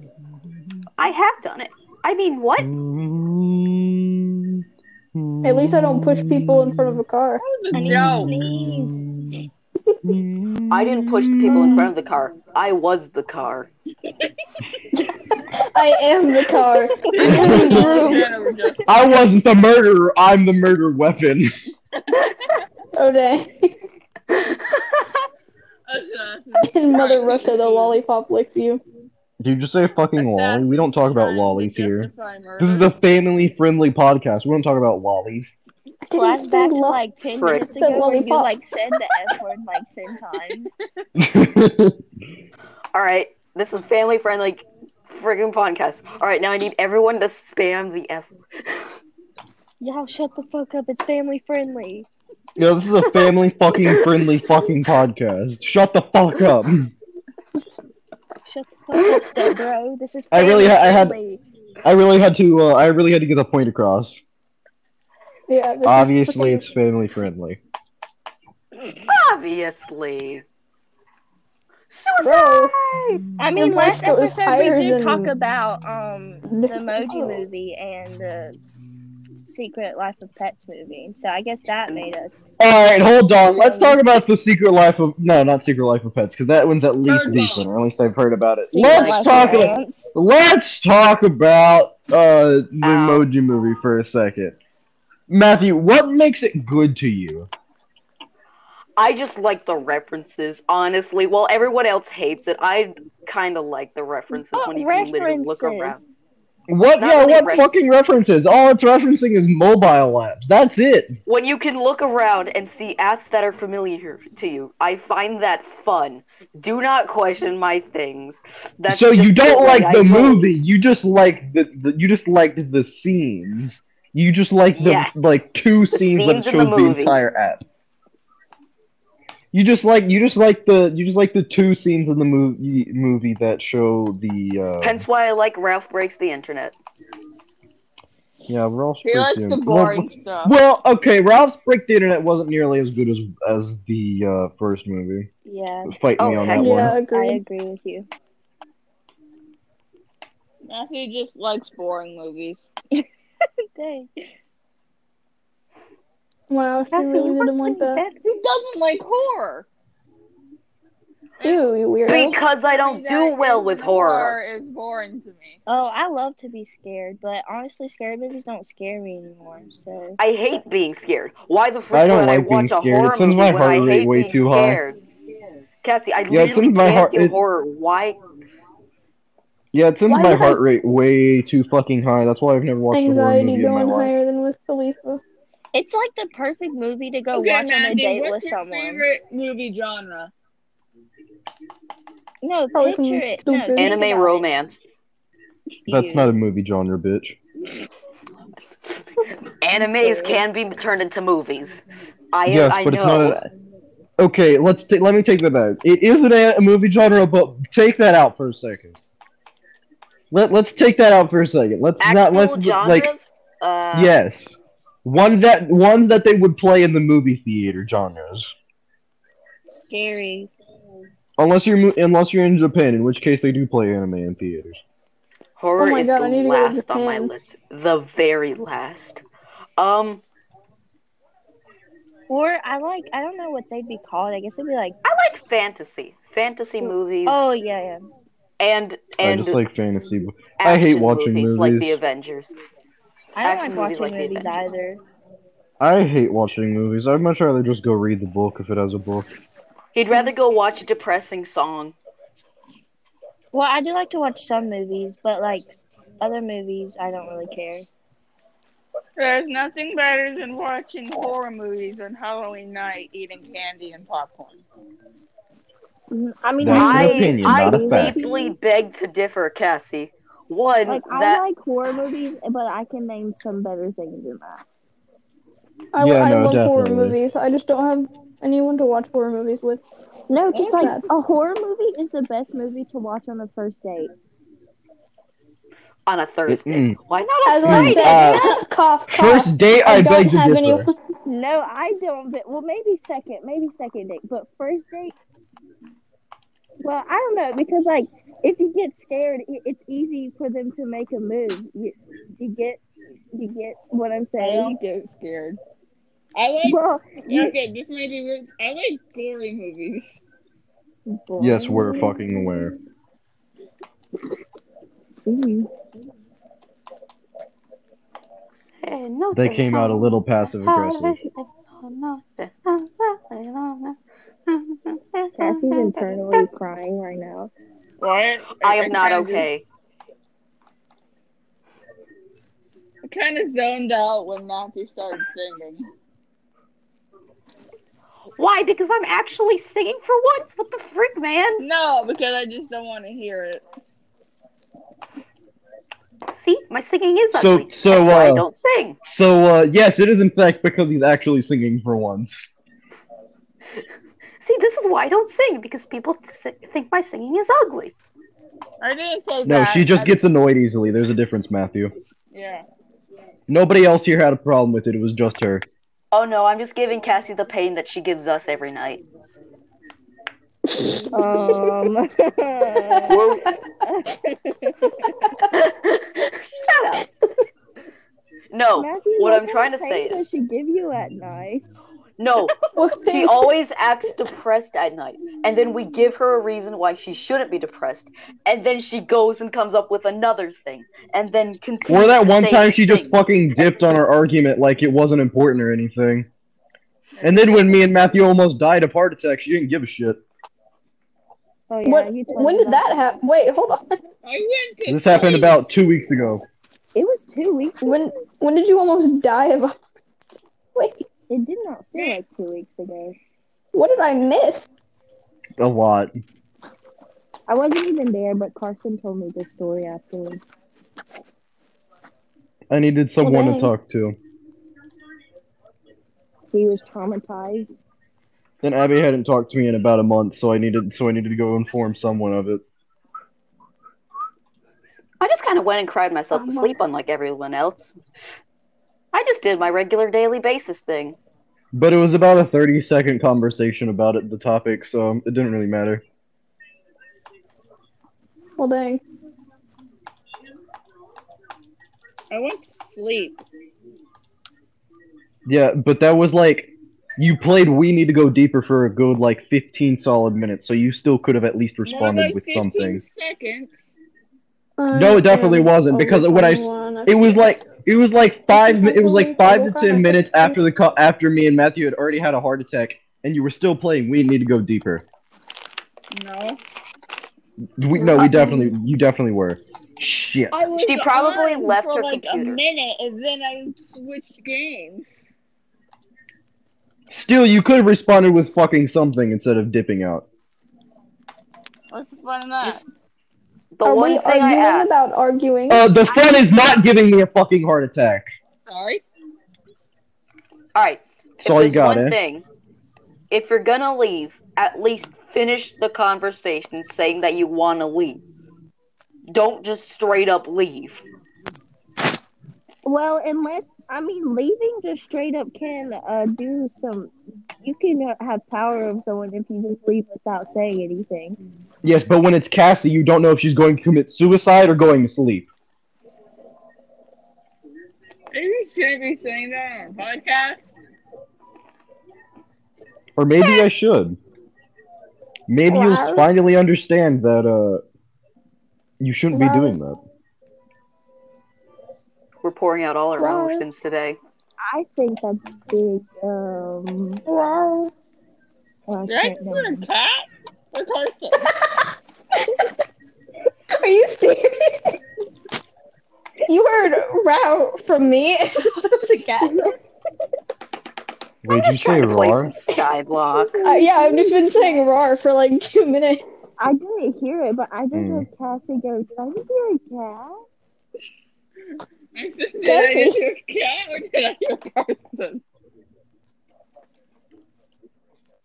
[SPEAKER 6] I have done it. I mean, what?
[SPEAKER 2] Mm-hmm.
[SPEAKER 4] At least I don't push people in front of a
[SPEAKER 5] I
[SPEAKER 4] car.
[SPEAKER 3] a
[SPEAKER 5] need to
[SPEAKER 3] joke.
[SPEAKER 5] sneeze.
[SPEAKER 2] Mm-hmm.
[SPEAKER 1] I didn't push the people in front of the car. I was the car.
[SPEAKER 4] I am the car.
[SPEAKER 3] Jenna was just-
[SPEAKER 2] I wasn't the murderer. I'm the murder weapon.
[SPEAKER 4] Oh dang.
[SPEAKER 3] Assassin's
[SPEAKER 4] And Mother
[SPEAKER 3] Creed.
[SPEAKER 4] Russia, the lollipop licks you.
[SPEAKER 2] Did you just say fucking lolly? We don't talk about
[SPEAKER 3] Trying to
[SPEAKER 2] lollies here.
[SPEAKER 3] justify murder.
[SPEAKER 2] This is a family-friendly podcast. We don't talk about lollies.
[SPEAKER 4] I didn't
[SPEAKER 5] Flashback
[SPEAKER 4] explain
[SPEAKER 5] to
[SPEAKER 4] love.
[SPEAKER 5] like ten
[SPEAKER 1] Frick.
[SPEAKER 5] minutes ago where you
[SPEAKER 4] Lollipop.
[SPEAKER 5] like said the F word like ten times.
[SPEAKER 1] All right, this is family friendly friggin' podcast. All right, now I need everyone to spam the F.
[SPEAKER 5] Y'all shut the fuck up. It's family friendly.
[SPEAKER 2] Yo, this is a family fucking friendly fucking podcast. Shut the fuck up.
[SPEAKER 5] Shut the fuck up, step bro. This is
[SPEAKER 2] I really- I had-
[SPEAKER 5] family-friendly.
[SPEAKER 2] I really had to. Uh, I really had to get the point across.
[SPEAKER 4] Yeah, this is
[SPEAKER 2] Obviously,
[SPEAKER 4] fucking-
[SPEAKER 2] it's family friendly.
[SPEAKER 1] Obviously.
[SPEAKER 4] Bro,
[SPEAKER 5] I mean,
[SPEAKER 4] Your
[SPEAKER 5] last
[SPEAKER 4] voice goes
[SPEAKER 5] episode we
[SPEAKER 4] higher
[SPEAKER 5] did
[SPEAKER 4] than-
[SPEAKER 5] talk about um the Emoji movie and the Secret Life of Pets movie, so I guess that made us.
[SPEAKER 2] All right, hold on. Let's talk about the secret life of no, not secret life of pets, because that one's at least
[SPEAKER 3] Bird Box.
[SPEAKER 2] decent, or at least I've heard about it.
[SPEAKER 5] Secret Life
[SPEAKER 2] Let's
[SPEAKER 5] of
[SPEAKER 2] talk. About,
[SPEAKER 5] Ants.
[SPEAKER 2] let's talk about uh, the
[SPEAKER 1] Ow.
[SPEAKER 2] emoji movie for a second. Matthew, what makes it good to you?
[SPEAKER 1] I just like the references, honestly. While everyone else hates it, I kind of like the references
[SPEAKER 2] Oh,
[SPEAKER 5] What
[SPEAKER 1] when you can literally look
[SPEAKER 5] references?
[SPEAKER 1] around.
[SPEAKER 2] What?
[SPEAKER 1] Not
[SPEAKER 2] yeah,
[SPEAKER 1] really
[SPEAKER 2] what
[SPEAKER 1] ref-
[SPEAKER 2] fucking references? All it's referencing is mobile apps. That's it.
[SPEAKER 1] When you can look around and see apps that are familiar to you, I find that fun. Do not question my things. That's
[SPEAKER 2] so you
[SPEAKER 1] just
[SPEAKER 2] don't
[SPEAKER 1] way
[SPEAKER 2] like
[SPEAKER 1] I
[SPEAKER 2] the
[SPEAKER 1] roll.
[SPEAKER 2] movie. You just like the, the you just liked the scenes. You just like the
[SPEAKER 1] Yes.
[SPEAKER 2] like two
[SPEAKER 1] The
[SPEAKER 2] scenes that
[SPEAKER 1] scenes in the
[SPEAKER 2] shows the,
[SPEAKER 1] movie.
[SPEAKER 2] entire app. You just like you just like the you just like the two scenes in the movie movie that show the. Uh,
[SPEAKER 1] Hence why I like Ralph Breaks the Internet.
[SPEAKER 2] yeah, Ralph's
[SPEAKER 3] He likes the
[SPEAKER 2] Breakdown.
[SPEAKER 3] boring stuff.
[SPEAKER 2] Well, well, okay, Ralph's Break the Internet wasn't nearly as good as as the uh, first movie.
[SPEAKER 5] Yeah,
[SPEAKER 2] Fight
[SPEAKER 1] Oh,
[SPEAKER 2] me on
[SPEAKER 1] heck
[SPEAKER 2] that
[SPEAKER 4] yeah,
[SPEAKER 2] one.
[SPEAKER 5] I
[SPEAKER 4] agreed.
[SPEAKER 5] agree with you.
[SPEAKER 3] Matthew just likes boring movies.
[SPEAKER 5] Dang.
[SPEAKER 4] Wow, she
[SPEAKER 6] Cassie,
[SPEAKER 4] really
[SPEAKER 6] you
[SPEAKER 4] didn't
[SPEAKER 6] weren't
[SPEAKER 4] want
[SPEAKER 6] playing
[SPEAKER 4] that.
[SPEAKER 3] He doesn't like horror.
[SPEAKER 4] Ew, you weirdo.
[SPEAKER 1] Because I don't do well with horror.
[SPEAKER 3] Horror is boring to me.
[SPEAKER 5] Oh, I love to be scared, but honestly, scary movies don't scare me anymore. So
[SPEAKER 1] I hate being scared. Why the
[SPEAKER 2] I
[SPEAKER 1] frick
[SPEAKER 2] don't
[SPEAKER 1] would I
[SPEAKER 2] like being
[SPEAKER 1] watch a
[SPEAKER 2] scared. It
[SPEAKER 1] horror
[SPEAKER 2] sends
[SPEAKER 1] movie
[SPEAKER 2] my
[SPEAKER 1] when
[SPEAKER 2] heart
[SPEAKER 1] I
[SPEAKER 2] rate
[SPEAKER 1] hate
[SPEAKER 2] way
[SPEAKER 1] being
[SPEAKER 2] too high.
[SPEAKER 1] scared? Cassie, I
[SPEAKER 2] it
[SPEAKER 1] literally
[SPEAKER 2] sends my
[SPEAKER 1] can't
[SPEAKER 2] heart-
[SPEAKER 1] do
[SPEAKER 2] it-
[SPEAKER 1] horror. Why?
[SPEAKER 2] Yeah, it sends
[SPEAKER 1] Why
[SPEAKER 2] my
[SPEAKER 1] did I-
[SPEAKER 2] heart rate way too fucking high. That's why I've never watched
[SPEAKER 4] Anxiety
[SPEAKER 2] a horror movie in my
[SPEAKER 4] going
[SPEAKER 2] life.
[SPEAKER 4] higher than with Khalifa.
[SPEAKER 5] it's like the perfect movie to go
[SPEAKER 3] okay,
[SPEAKER 5] watch on
[SPEAKER 3] Matthew,
[SPEAKER 5] a date
[SPEAKER 3] what's
[SPEAKER 5] with
[SPEAKER 3] your
[SPEAKER 5] someone.
[SPEAKER 3] favorite movie genre?
[SPEAKER 5] No,
[SPEAKER 4] Probably
[SPEAKER 5] picture
[SPEAKER 4] something
[SPEAKER 5] it. No,
[SPEAKER 4] stupid.
[SPEAKER 5] think about
[SPEAKER 1] Anime
[SPEAKER 5] it.
[SPEAKER 1] romance.
[SPEAKER 2] That's
[SPEAKER 5] Ew.
[SPEAKER 2] not a movie genre, bitch.
[SPEAKER 1] Animes
[SPEAKER 5] Sorry.
[SPEAKER 1] can be turned into movies. I
[SPEAKER 2] yes,
[SPEAKER 1] I
[SPEAKER 2] but
[SPEAKER 1] know.
[SPEAKER 2] it's not. A... Okay, let's ta- let me take that back. It is an a-, a movie genre, but take that out for a second. Let Let's take that out for a second. Let's
[SPEAKER 1] Actual
[SPEAKER 2] not let's
[SPEAKER 1] genres.
[SPEAKER 2] like
[SPEAKER 1] uh,
[SPEAKER 2] yes, one that ones that they would play in the movie theater genres.
[SPEAKER 5] Scary.
[SPEAKER 2] Unless you're mo- unless you're in Japan, in which case they do play anime in theaters.
[SPEAKER 1] Horror
[SPEAKER 4] Oh my
[SPEAKER 1] is
[SPEAKER 4] God,
[SPEAKER 1] the
[SPEAKER 4] I need to go to
[SPEAKER 1] last on my
[SPEAKER 4] Japan.
[SPEAKER 1] list. The very last. Um,
[SPEAKER 5] Or I like I don't know what they'd be called. I guess it'd be like
[SPEAKER 1] I like fantasy, fantasy movies,
[SPEAKER 5] oh yeah yeah.
[SPEAKER 1] and
[SPEAKER 2] I
[SPEAKER 1] and
[SPEAKER 2] just like fantasy. bo- I
[SPEAKER 1] action
[SPEAKER 2] hate watching
[SPEAKER 1] like
[SPEAKER 2] movies.
[SPEAKER 1] the Avengers.
[SPEAKER 5] I don't
[SPEAKER 1] Action
[SPEAKER 5] like
[SPEAKER 1] movies
[SPEAKER 5] watching
[SPEAKER 1] like The
[SPEAKER 5] movies
[SPEAKER 1] Avengers.
[SPEAKER 5] either.
[SPEAKER 2] I hate watching movies. I'd much rather just go read the book if it has a book.
[SPEAKER 1] He'd rather go watch a depressing song.
[SPEAKER 5] Well, I do like to watch some movies, but like other movies, I don't really care.
[SPEAKER 3] There's nothing better than watching horror movies on Halloween night, eating candy and popcorn.
[SPEAKER 5] I mean,
[SPEAKER 2] That's
[SPEAKER 5] I,
[SPEAKER 1] I
[SPEAKER 2] an opinion,
[SPEAKER 1] I
[SPEAKER 2] not a fact.
[SPEAKER 1] deeply beg to differ, Cassie. One
[SPEAKER 5] like I
[SPEAKER 1] that
[SPEAKER 5] like horror movies, but I can name some better things than that.
[SPEAKER 4] I,
[SPEAKER 2] Yeah,
[SPEAKER 4] I
[SPEAKER 2] no,
[SPEAKER 4] love horror
[SPEAKER 2] definitely.
[SPEAKER 4] movies. I just don't have anyone to watch horror movies with.
[SPEAKER 5] No, just like
[SPEAKER 4] that.
[SPEAKER 5] a horror movie is the best movie to watch on the first date.
[SPEAKER 1] on a Thursday.
[SPEAKER 2] Mm.
[SPEAKER 1] Why not?
[SPEAKER 4] As
[SPEAKER 1] on
[SPEAKER 4] I
[SPEAKER 2] Mm,
[SPEAKER 4] said,
[SPEAKER 2] uh,
[SPEAKER 4] cough, cough.
[SPEAKER 2] First date, I,
[SPEAKER 4] I don't
[SPEAKER 2] beg to
[SPEAKER 4] have
[SPEAKER 2] differ.
[SPEAKER 4] anyone.
[SPEAKER 5] No, I don't. But well, maybe second, maybe second date, but first date. Well, I don't know because like if you get scared, i- it's easy for them to make a move. You, you get, you get what I'm
[SPEAKER 3] I
[SPEAKER 5] saying.
[SPEAKER 3] don't get scared. I like.
[SPEAKER 5] Well, you-
[SPEAKER 3] Okay, this might be weird. I like gory movies.
[SPEAKER 2] Yes, we're fucking aware.
[SPEAKER 1] Mm-hmm.
[SPEAKER 5] Jeez.
[SPEAKER 6] Hey, no,
[SPEAKER 2] They came out a little passive aggressive.
[SPEAKER 5] Cassie's internally crying right now.
[SPEAKER 3] What?
[SPEAKER 1] I am not okay.
[SPEAKER 3] I kind of zoned out when Matthew started singing.
[SPEAKER 6] Why? Because I'm actually singing for once. What the frick, man?
[SPEAKER 3] No, because I just don't want to hear it.
[SPEAKER 6] See, my singing is
[SPEAKER 2] So-
[SPEAKER 6] ugly.
[SPEAKER 2] so,
[SPEAKER 6] That's why
[SPEAKER 2] uh,
[SPEAKER 6] I don't sing.
[SPEAKER 2] So, uh, yes, it is in fact because he's actually singing for once.
[SPEAKER 6] See, this is why I don't sing because people si- think my singing is ugly.
[SPEAKER 3] I didn't say
[SPEAKER 2] No,
[SPEAKER 3] that.
[SPEAKER 2] she just
[SPEAKER 3] I-
[SPEAKER 2] gets annoyed easily. There's a difference, Matthew.
[SPEAKER 3] Yeah.
[SPEAKER 2] Nobody else here had a problem with it. It was just her.
[SPEAKER 1] Oh no, I'm just giving Cassie the pain that she gives us every night.
[SPEAKER 5] Um,
[SPEAKER 1] Shut up. No,
[SPEAKER 5] Matthew,
[SPEAKER 1] what
[SPEAKER 5] what
[SPEAKER 1] I'm trying to
[SPEAKER 5] kind of
[SPEAKER 1] say
[SPEAKER 5] pain does
[SPEAKER 1] is
[SPEAKER 5] she give you at night?
[SPEAKER 1] no.
[SPEAKER 4] What
[SPEAKER 1] She always acts depressed at night, and then we give her a reason why she shouldn't be depressed, and then she goes and comes up with another thing, and then continues.
[SPEAKER 2] Or that
[SPEAKER 1] to
[SPEAKER 2] one
[SPEAKER 1] say
[SPEAKER 2] time she just
[SPEAKER 1] things.
[SPEAKER 2] fucking dipped on her argument like it wasn't important or anything. And then when me and Matthew almost died of heart attack, she didn't give a shit.
[SPEAKER 5] Oh yeah,
[SPEAKER 4] What-
[SPEAKER 5] you told
[SPEAKER 4] when
[SPEAKER 5] me
[SPEAKER 4] did
[SPEAKER 5] about
[SPEAKER 4] that happen? Wait, hold on.
[SPEAKER 3] I went to
[SPEAKER 2] This happened
[SPEAKER 3] sleep.
[SPEAKER 2] about two weeks ago.
[SPEAKER 5] It was two weeks. ago.
[SPEAKER 4] When when did you almost die of? Wait,
[SPEAKER 5] It did not feel like two weeks ago.
[SPEAKER 4] what did I miss?
[SPEAKER 2] A lot.
[SPEAKER 5] I wasn't even there, but Carson told me the story afterwards.
[SPEAKER 2] I needed someone to
[SPEAKER 4] dang.
[SPEAKER 2] talk to.
[SPEAKER 5] He was traumatized.
[SPEAKER 2] And Abby hadn't talked to me in about a month, so I needed so I needed to go inform someone of it.
[SPEAKER 1] I just kind of went and cried myself to sleep, unlike everyone else. I just did my regular daily basis thing.
[SPEAKER 2] But it was about a thirty second conversation about it, the topic, so it didn't really matter.
[SPEAKER 4] Well, dang.
[SPEAKER 3] I went to sleep.
[SPEAKER 2] Yeah, but that was like you played We Need to Go Deeper for a good like fifteen solid minutes, so you still could have at least
[SPEAKER 3] More
[SPEAKER 2] responded
[SPEAKER 3] like
[SPEAKER 2] with
[SPEAKER 3] 15
[SPEAKER 2] something.
[SPEAKER 3] seconds.
[SPEAKER 2] No, it
[SPEAKER 5] um,
[SPEAKER 2] definitely wasn't, because when I s- It was like it was like five. mi- It was like five to ten minutes after the co- after me and Matthew had already had a heart attack, and you were still playing. We need to go deeper.
[SPEAKER 3] No.
[SPEAKER 2] We, no, we definitely, you definitely were. Shit.
[SPEAKER 3] I was
[SPEAKER 1] She probably
[SPEAKER 3] on
[SPEAKER 1] left
[SPEAKER 3] for
[SPEAKER 1] her
[SPEAKER 3] like
[SPEAKER 1] computer.
[SPEAKER 3] a minute and then I switched games.
[SPEAKER 2] Still, you could have responded with fucking something instead of dipping out.
[SPEAKER 3] What's the fun of that?
[SPEAKER 1] The
[SPEAKER 4] Are
[SPEAKER 1] one
[SPEAKER 4] we
[SPEAKER 1] thing I
[SPEAKER 4] arguing
[SPEAKER 1] asked.
[SPEAKER 4] about arguing?
[SPEAKER 2] Uh, the fun is not giving me a fucking heart attack.
[SPEAKER 3] Sorry.
[SPEAKER 1] All right.
[SPEAKER 2] That's all you
[SPEAKER 1] there's
[SPEAKER 2] got,
[SPEAKER 1] one
[SPEAKER 2] eh?
[SPEAKER 1] thing. If you're gonna leave, at least finish the conversation saying that you want to leave. Don't just straight up leave.
[SPEAKER 5] Well, unless I mean, leaving just straight up can uh, do some. You can uh, have power over someone if you just leave without saying anything.
[SPEAKER 2] Yes, but when it's Cassie, you don't know if she's going to commit suicide or going to sleep.
[SPEAKER 3] Maybe you shouldn't be saying that on a podcast.
[SPEAKER 2] Or maybe I should. Maybe
[SPEAKER 4] Wow.
[SPEAKER 2] you'll finally understand that uh, you shouldn't be
[SPEAKER 4] Wow.
[SPEAKER 2] doing that.
[SPEAKER 1] We're pouring out all our
[SPEAKER 4] Right.
[SPEAKER 1] emotions today.
[SPEAKER 5] I think that's big. Um, I
[SPEAKER 3] Did I
[SPEAKER 5] can't
[SPEAKER 3] just hear
[SPEAKER 5] remember.
[SPEAKER 3] a cat? Or Carson?
[SPEAKER 4] Are you serious? You heard row from me and thought it was a cat.
[SPEAKER 2] Wait, did you say
[SPEAKER 1] Trying to play
[SPEAKER 2] roar?
[SPEAKER 1] some skyblock.
[SPEAKER 4] Uh, yeah, I've just been saying roar for like two minutes.
[SPEAKER 5] I didn't hear it, but I just
[SPEAKER 2] Mm.
[SPEAKER 5] heard Cassie go. Did
[SPEAKER 3] I said,
[SPEAKER 5] I just hear a cat?
[SPEAKER 3] did I
[SPEAKER 4] Jesse.
[SPEAKER 3] just hear a cat or did I hear Carson?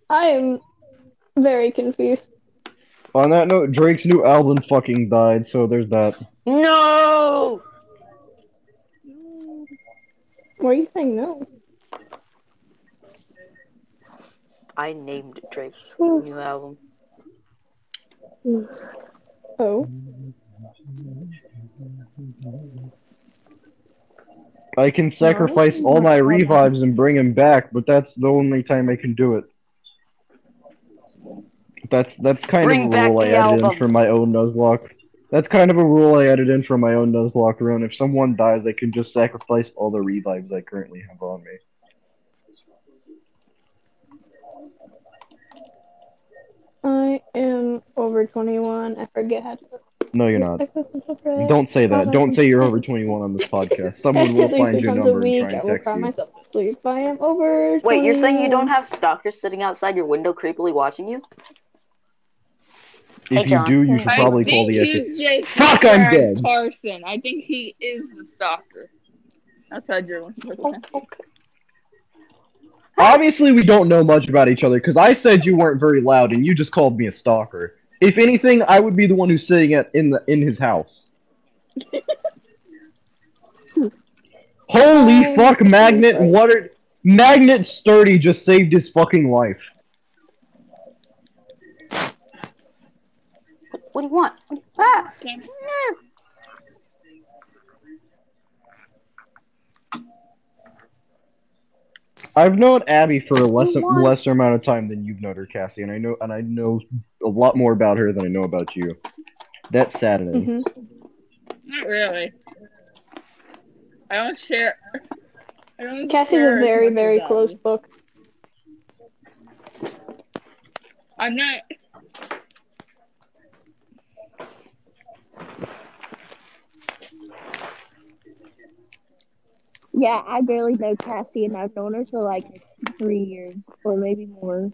[SPEAKER 4] I'm very confused.
[SPEAKER 2] On that note, Drake's new album fucking died, so there's that.
[SPEAKER 1] No.
[SPEAKER 4] Why are you saying no?
[SPEAKER 1] I named Drake's new album.
[SPEAKER 4] Oh.
[SPEAKER 2] I can sacrifice all my revives and bring him back, but that's the only time I can do it. That's that's kind
[SPEAKER 1] Bring
[SPEAKER 2] of a
[SPEAKER 1] back
[SPEAKER 2] rule I
[SPEAKER 1] the
[SPEAKER 2] added in
[SPEAKER 1] album.
[SPEAKER 2] for my own Nuzlocke. That's kind of a rule I added in for my own Nuzlocke run. If someone dies, I can just sacrifice all the revives I currently have on me.
[SPEAKER 4] I am over 21. I forget how to.
[SPEAKER 2] No, you're not. Don't say that. Don't say you're over 21 on this podcast. Someone will find your number and try and text you.
[SPEAKER 4] myself to sleep. I am over.
[SPEAKER 1] Wait, you're saying you don't have stalkers sitting outside your window creepily watching you? Hey,
[SPEAKER 2] If you
[SPEAKER 1] John.
[SPEAKER 2] do, you should
[SPEAKER 3] I
[SPEAKER 2] probably
[SPEAKER 3] think
[SPEAKER 2] call the
[SPEAKER 3] you
[SPEAKER 2] FBI.
[SPEAKER 3] just
[SPEAKER 2] Fuck, I'm
[SPEAKER 3] described
[SPEAKER 2] dead.
[SPEAKER 3] Carson. I think he is the stalker. That's how Drew wants
[SPEAKER 2] Obviously, we don't know much about each other because I said you weren't very loud and you just called me a stalker. If anything, I would be the one who's sitting at in the in his house. Holy
[SPEAKER 4] Oh,
[SPEAKER 2] fuck, Magnet!
[SPEAKER 4] right.
[SPEAKER 2] What are Magnet Sturdy just saved his fucking life?
[SPEAKER 1] What do you want? What do you- Ah!
[SPEAKER 2] I've known Abby for a less,
[SPEAKER 1] want-
[SPEAKER 2] lesser amount of time than you've known her, Cassie, and I know and I know a lot more about her than I know about you. That's saddening.
[SPEAKER 4] Mhm.
[SPEAKER 3] Not really. I don't share. I don't
[SPEAKER 4] Cassie's
[SPEAKER 3] share
[SPEAKER 4] a
[SPEAKER 3] as
[SPEAKER 4] very,
[SPEAKER 3] much
[SPEAKER 4] very
[SPEAKER 3] as
[SPEAKER 4] close
[SPEAKER 3] Abby.
[SPEAKER 4] book.
[SPEAKER 3] I'm not.
[SPEAKER 5] Yeah, I barely know Cassie, and I've known her for like three years or maybe more.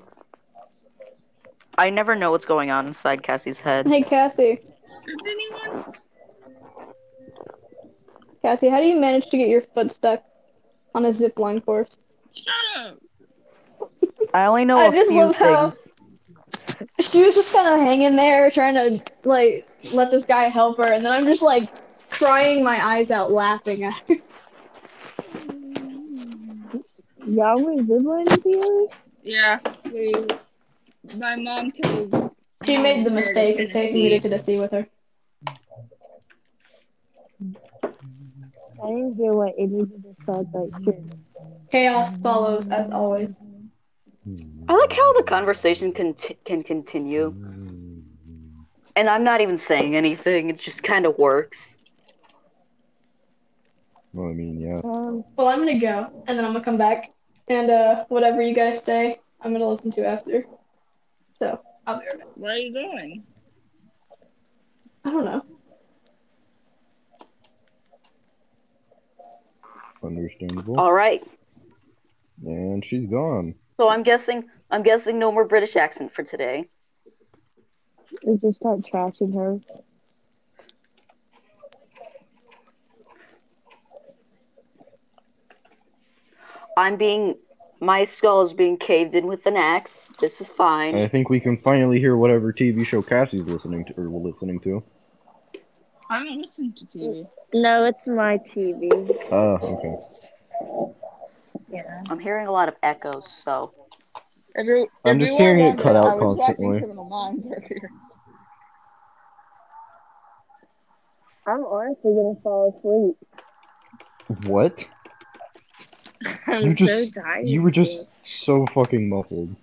[SPEAKER 1] I never know what's going on inside Cassie's head.
[SPEAKER 4] Hey, Cassie.
[SPEAKER 3] Does anyone?
[SPEAKER 4] Cassie, how do you manage to get your foot stuck on a zip line course?
[SPEAKER 3] Shut up.
[SPEAKER 1] I only know
[SPEAKER 4] I
[SPEAKER 1] a
[SPEAKER 4] just
[SPEAKER 1] few
[SPEAKER 4] love how
[SPEAKER 1] things.
[SPEAKER 4] she was just kind of hanging there trying to like let this guy help her, and then I'm just like crying my eyes out laughing at her.
[SPEAKER 5] Y'all were ziplining together?
[SPEAKER 3] Yeah. We. My mom took. us-
[SPEAKER 4] She made the mistake of taking me to Tennessee with her.
[SPEAKER 5] I didn't hear what any of you said, but sure.
[SPEAKER 4] Chaos follows as always.
[SPEAKER 1] I like how the conversation can can continue,
[SPEAKER 2] Hmm.
[SPEAKER 1] and I'm not even saying anything. It just kind of works.
[SPEAKER 2] Well, I mean, yeah.
[SPEAKER 5] Um,
[SPEAKER 4] Well, I'm gonna go, and then I'm gonna come back, and uh, whatever you guys say, I'm gonna listen to after. So I'll be right back.
[SPEAKER 3] Where are you going?
[SPEAKER 4] I don't know.
[SPEAKER 2] Understandable.
[SPEAKER 1] All right.
[SPEAKER 2] And she's gone.
[SPEAKER 1] So I'm guessing I'm guessing no more British accent for today.
[SPEAKER 5] we just start trashing her.
[SPEAKER 1] I'm being my skull is being caved in with an axe. This is fine.
[SPEAKER 2] And I think we can finally hear whatever TV show Cassie's listening to or listening to.
[SPEAKER 3] I don't listen to TV.
[SPEAKER 5] No, it's my TV.
[SPEAKER 2] Ah, okay.
[SPEAKER 5] Yeah.
[SPEAKER 1] I'm hearing a lot of echoes, so
[SPEAKER 3] Every,
[SPEAKER 2] I'm just
[SPEAKER 3] everyone
[SPEAKER 2] hearing it
[SPEAKER 3] wondered,
[SPEAKER 2] cut out
[SPEAKER 3] I was
[SPEAKER 2] constantly.
[SPEAKER 3] watching Criminal Minds earlier.
[SPEAKER 5] I'm honestly gonna fall asleep.
[SPEAKER 2] What?
[SPEAKER 5] I'm
[SPEAKER 2] You
[SPEAKER 5] so
[SPEAKER 2] just-
[SPEAKER 5] tired.
[SPEAKER 2] You were
[SPEAKER 5] still.
[SPEAKER 2] just so fucking muffled.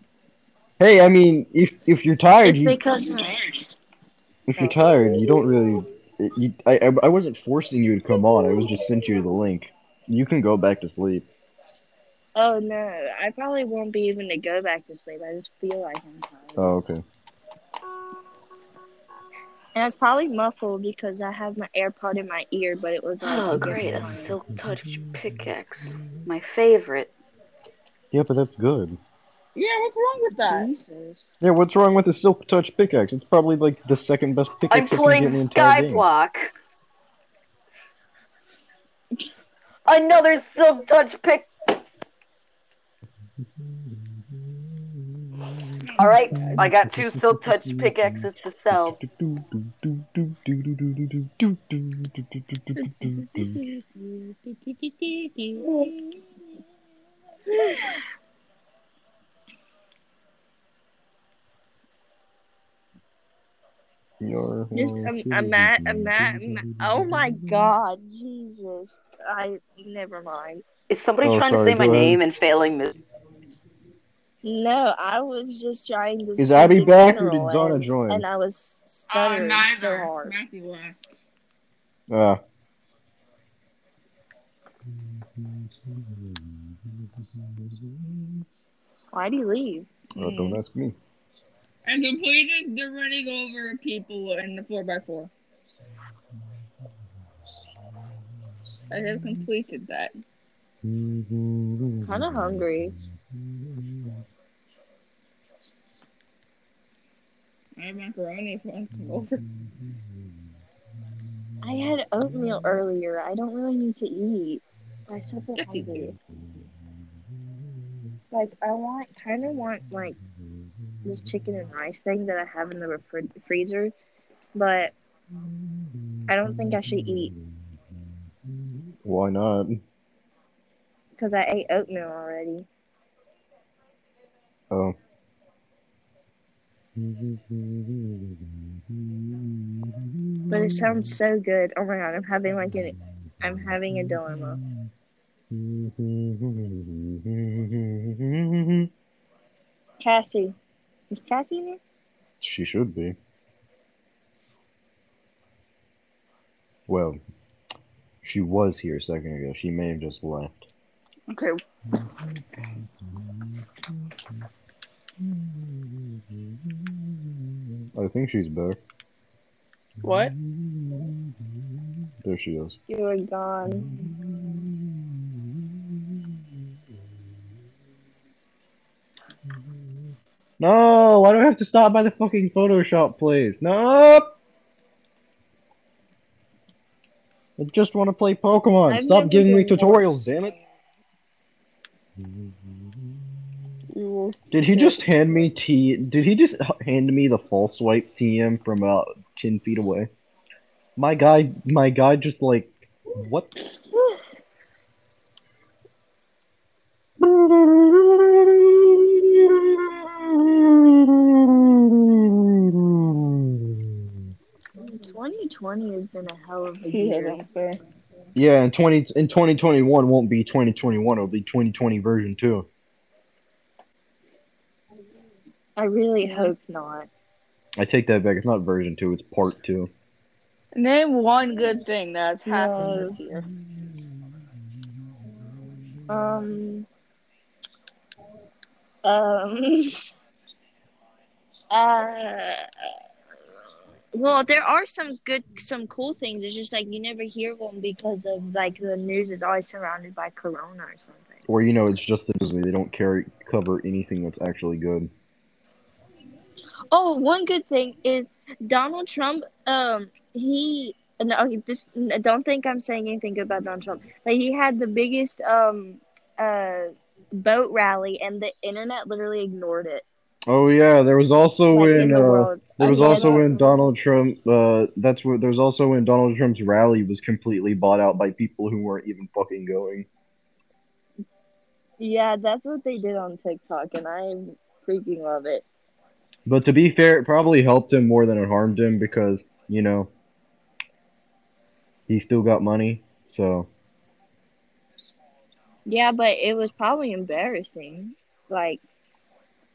[SPEAKER 2] Hey, I mean, if if you're tired,
[SPEAKER 5] It's
[SPEAKER 2] you,
[SPEAKER 5] because my
[SPEAKER 2] if you're tired, you don't really. You, I I- I wasn't forcing you to come on. I was just sent you the link. You can go back to sleep.
[SPEAKER 5] oh no, I probably won't be even to go back to sleep. I just feel like I'm tired,
[SPEAKER 2] Oh, okay.
[SPEAKER 5] and it's probably muffled because I have my AirPod in my ear, but it was like
[SPEAKER 1] Oh great, a silk touch pickaxe. My favorite.
[SPEAKER 2] Yeah, but that's good.
[SPEAKER 3] Yeah, what's wrong with that?
[SPEAKER 5] Jesus.
[SPEAKER 2] Yeah, what's wrong with the silk touch pickaxe? It's probably like the second best pickaxe
[SPEAKER 1] I'm
[SPEAKER 2] I can get in the
[SPEAKER 1] playing
[SPEAKER 2] entire game.
[SPEAKER 1] Skyblock. Another silk touch pick. All right, I got two silk touch pickaxes to sell.
[SPEAKER 2] Your
[SPEAKER 5] Just um,
[SPEAKER 2] mm,
[SPEAKER 5] ima- ima- ima- oh my god, Jesus! I never mind.
[SPEAKER 1] Is somebody
[SPEAKER 2] Oh,
[SPEAKER 1] trying to
[SPEAKER 2] sorry,
[SPEAKER 1] say my
[SPEAKER 2] go ahead.
[SPEAKER 1] name and failing me?
[SPEAKER 5] No, I was just trying to.
[SPEAKER 2] Is
[SPEAKER 5] speak
[SPEAKER 2] Abby
[SPEAKER 5] in
[SPEAKER 2] back or
[SPEAKER 5] general,
[SPEAKER 2] did Zona
[SPEAKER 5] and,
[SPEAKER 2] join?
[SPEAKER 5] And I was
[SPEAKER 3] Uh,
[SPEAKER 5] stuttering so
[SPEAKER 3] neither.
[SPEAKER 5] hard.
[SPEAKER 3] Matthew left.
[SPEAKER 2] Ah.
[SPEAKER 5] Why'd he leave?
[SPEAKER 2] Oh,
[SPEAKER 5] Mm.
[SPEAKER 2] don't ask me.
[SPEAKER 3] I completed the running over people in the 4x4. I have completed that.
[SPEAKER 5] Kind of hungry.
[SPEAKER 3] I have macaroni if you want to come over.
[SPEAKER 5] I had oatmeal earlier. I don't really need to eat. I still feel
[SPEAKER 3] Yes, you
[SPEAKER 5] hungry. Like I want, kind of want like this chicken and rice thing that I have in the refri- freezer, but I don't think I should eat
[SPEAKER 2] Why not?
[SPEAKER 5] because I ate oatmeal already.
[SPEAKER 2] Oh.
[SPEAKER 5] But it sounds so good. Oh my god, I'm having like an, I'm having a dilemma. Cassie, is Cassie in here?
[SPEAKER 2] She should be. Well, she was here a second ago. She may have just left.
[SPEAKER 5] Okay.
[SPEAKER 2] I think she's better.
[SPEAKER 3] What?
[SPEAKER 2] There she is.
[SPEAKER 5] You are gone.
[SPEAKER 2] No, why do I have to stop by the fucking Photoshop place? No! I just want to play Pokemon.
[SPEAKER 5] I've
[SPEAKER 2] stop
[SPEAKER 5] never
[SPEAKER 2] giving me
[SPEAKER 5] been
[SPEAKER 2] tutorials,
[SPEAKER 5] lost.
[SPEAKER 2] damn it.
[SPEAKER 3] You
[SPEAKER 5] Mm-hmm.
[SPEAKER 3] will.
[SPEAKER 2] Did he just hand me T? Did he just h- hand me the false swipe TM from about ten feet away? My guy, my guy, just like what?
[SPEAKER 5] Twenty twenty has been a hell of a
[SPEAKER 3] He had
[SPEAKER 5] year.
[SPEAKER 3] him, sir.
[SPEAKER 2] Yeah, and twenty in twenty twenty one won't be twenty twenty one. It'll be twenty twenty version two.
[SPEAKER 5] I really hope not.
[SPEAKER 2] I take that back. It's not version two. It's part two.
[SPEAKER 3] Name one good thing that's happened
[SPEAKER 5] No.
[SPEAKER 3] this year.
[SPEAKER 5] Um. Um. uh. Well, there are some good, some cool things. It's just like you never hear of them because of like the news is always surrounded by Corona or something.
[SPEAKER 2] Or you know, it's just the Disney. They don't carry cover anything that's actually good.
[SPEAKER 5] Oh, one good thing is Donald Trump. Um, he no, okay, this n- don't think I'm saying anything good about Donald Trump, but he had the biggest um uh boat rally, and the internet literally ignored it.
[SPEAKER 2] Oh yeah, there was also
[SPEAKER 5] like,
[SPEAKER 2] when
[SPEAKER 5] in the
[SPEAKER 2] uh,
[SPEAKER 5] world.
[SPEAKER 2] there was
[SPEAKER 5] Okay, I
[SPEAKER 2] also
[SPEAKER 5] don't-
[SPEAKER 2] when Donald Trump. Uh, that's where there was also when Donald Trump's rally was completely bought out by people who weren't even fucking going.
[SPEAKER 5] Yeah, that's what they did on TikTok, and I freaking love it.
[SPEAKER 2] But to be fair, it probably helped him more than it harmed him because you know he still got money. So
[SPEAKER 5] Yeah, but it was probably embarrassing. Like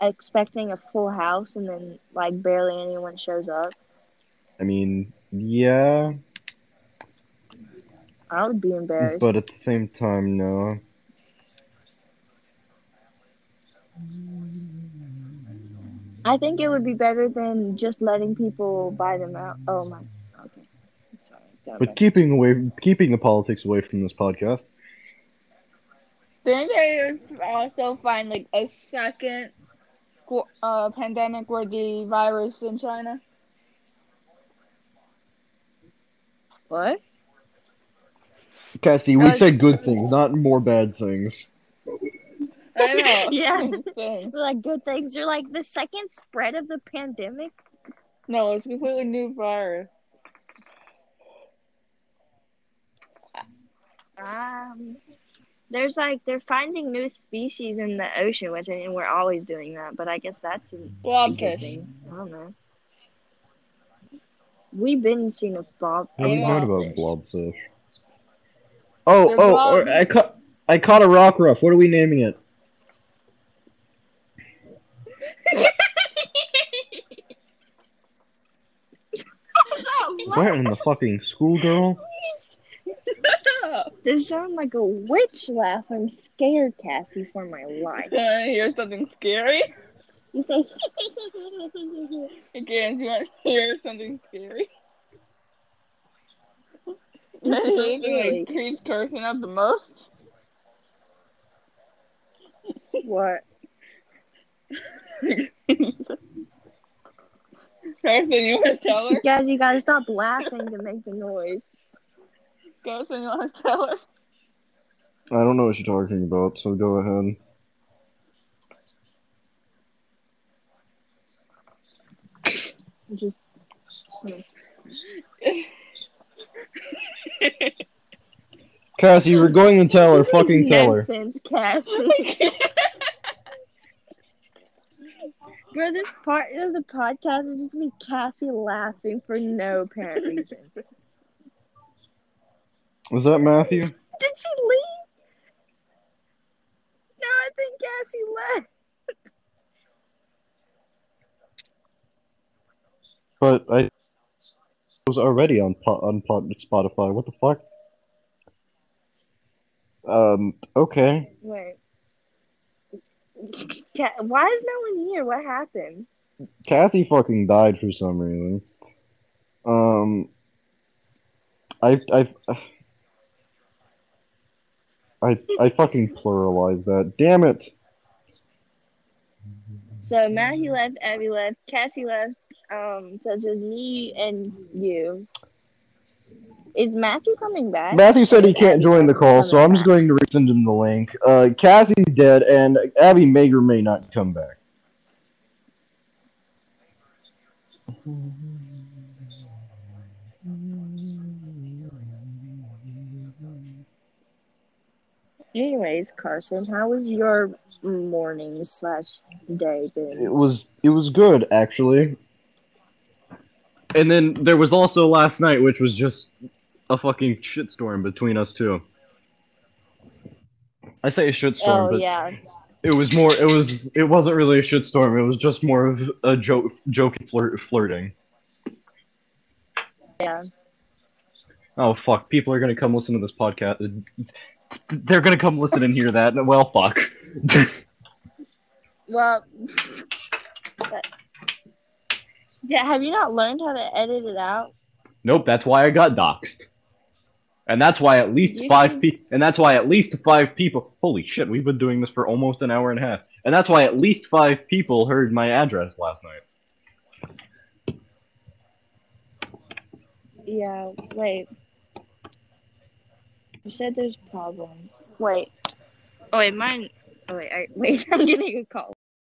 [SPEAKER 5] expecting a full house, and then like barely anyone shows up.
[SPEAKER 2] I mean, yeah,
[SPEAKER 5] I would be embarrassed.
[SPEAKER 2] but at the same time, no.
[SPEAKER 5] I think it would be better than just letting people buy them out. Oh my. Okay. Sorry. got
[SPEAKER 2] But
[SPEAKER 5] my-
[SPEAKER 2] keeping away, keeping the politics away from this podcast.
[SPEAKER 3] Didn't they also find like a second qu- uh, pandemic where the virus in China?
[SPEAKER 5] What?
[SPEAKER 2] Cassie, we
[SPEAKER 3] Uh,
[SPEAKER 2] said good things, not more bad things.
[SPEAKER 3] I know.
[SPEAKER 5] Yeah.
[SPEAKER 3] Insane.
[SPEAKER 5] Like good things. You're like the second spread of the pandemic.
[SPEAKER 3] No, it's a completely new virus.
[SPEAKER 5] Um, there's like they're finding new species in the ocean, which I mean we're always doing that, but I guess that's a a good
[SPEAKER 3] Blobfish.
[SPEAKER 5] thing. I don't know. We've been seeing a blob.
[SPEAKER 2] Haven't heard about
[SPEAKER 5] blobfish.
[SPEAKER 2] blobfish. Oh,
[SPEAKER 3] They're
[SPEAKER 2] oh, or
[SPEAKER 3] blob-
[SPEAKER 2] I caught, I caught a rock ruff. What are we naming it? Where in the fucking schoolgirl?
[SPEAKER 5] There's sound like a witch laugh. I'm scared, Kathy, for my life.
[SPEAKER 3] Wanna hear something scary?
[SPEAKER 5] You say,
[SPEAKER 3] Again, do you want to hear something scary? You wanna hear something
[SPEAKER 5] Really?
[SPEAKER 3] that creeps Carson up the most?
[SPEAKER 5] what?
[SPEAKER 3] Carson, you want to tell her?
[SPEAKER 5] Guys, you gotta stop laughing to make the noise.
[SPEAKER 3] Carson, you want to tell her?
[SPEAKER 2] I don't know what you're talking about, so go ahead.
[SPEAKER 5] Just
[SPEAKER 2] Cassie, you were going to tell her.
[SPEAKER 5] This makes
[SPEAKER 2] Fucking
[SPEAKER 5] no
[SPEAKER 2] tell her.
[SPEAKER 5] sense, Cassie. Bro, this part of the podcast is just me, Cassie, laughing for no apparent reason.
[SPEAKER 2] Was that Matthew?
[SPEAKER 5] Did she leave? No, I think Cassie left.
[SPEAKER 2] But I was already on po- on po- Spotify. What the fuck? Um. Okay.
[SPEAKER 5] Wait. Ca- Why is no one here? What happened?
[SPEAKER 2] Kathy fucking died for some reason. Um. I I I I fucking pluralized that. Damn it.
[SPEAKER 5] So Matthew left, Abby left, Cassie left. Um, so it's just me and you. Is Matthew coming back?
[SPEAKER 2] Matthew said he can't join the call, so I'm just going to resend him the link. Uh, Cassie's dead, and Abby may or may not come back.
[SPEAKER 5] Anyways, Carson, how was your morning slash day
[SPEAKER 2] It
[SPEAKER 5] been?
[SPEAKER 2] was it was good actually. And then there was also last night, which was just a fucking shitstorm between us two. I say a shitstorm,
[SPEAKER 5] Oh
[SPEAKER 2] but
[SPEAKER 5] yeah,
[SPEAKER 2] it was more. It was. It wasn't really a shitstorm. It was just more of a joke, joke and flirt, flirting.
[SPEAKER 5] yeah.
[SPEAKER 2] Oh fuck! People are gonna come listen to this podcast. They're gonna come listen and hear that. Well, fuck.
[SPEAKER 5] Well, but- yeah. Have you not learned how to edit it out?
[SPEAKER 2] nope. That's why I got doxxed. And that's why at least
[SPEAKER 5] You
[SPEAKER 2] five
[SPEAKER 5] should-
[SPEAKER 2] people. And that's why at least five people. Holy shit! We've been doing this for almost an hour and a half. And that's why at least five people heard my address last night.
[SPEAKER 5] Yeah. Wait. You said there's problems. Wait. Oh wait, mine. Oh wait. I, wait. I'm getting a call.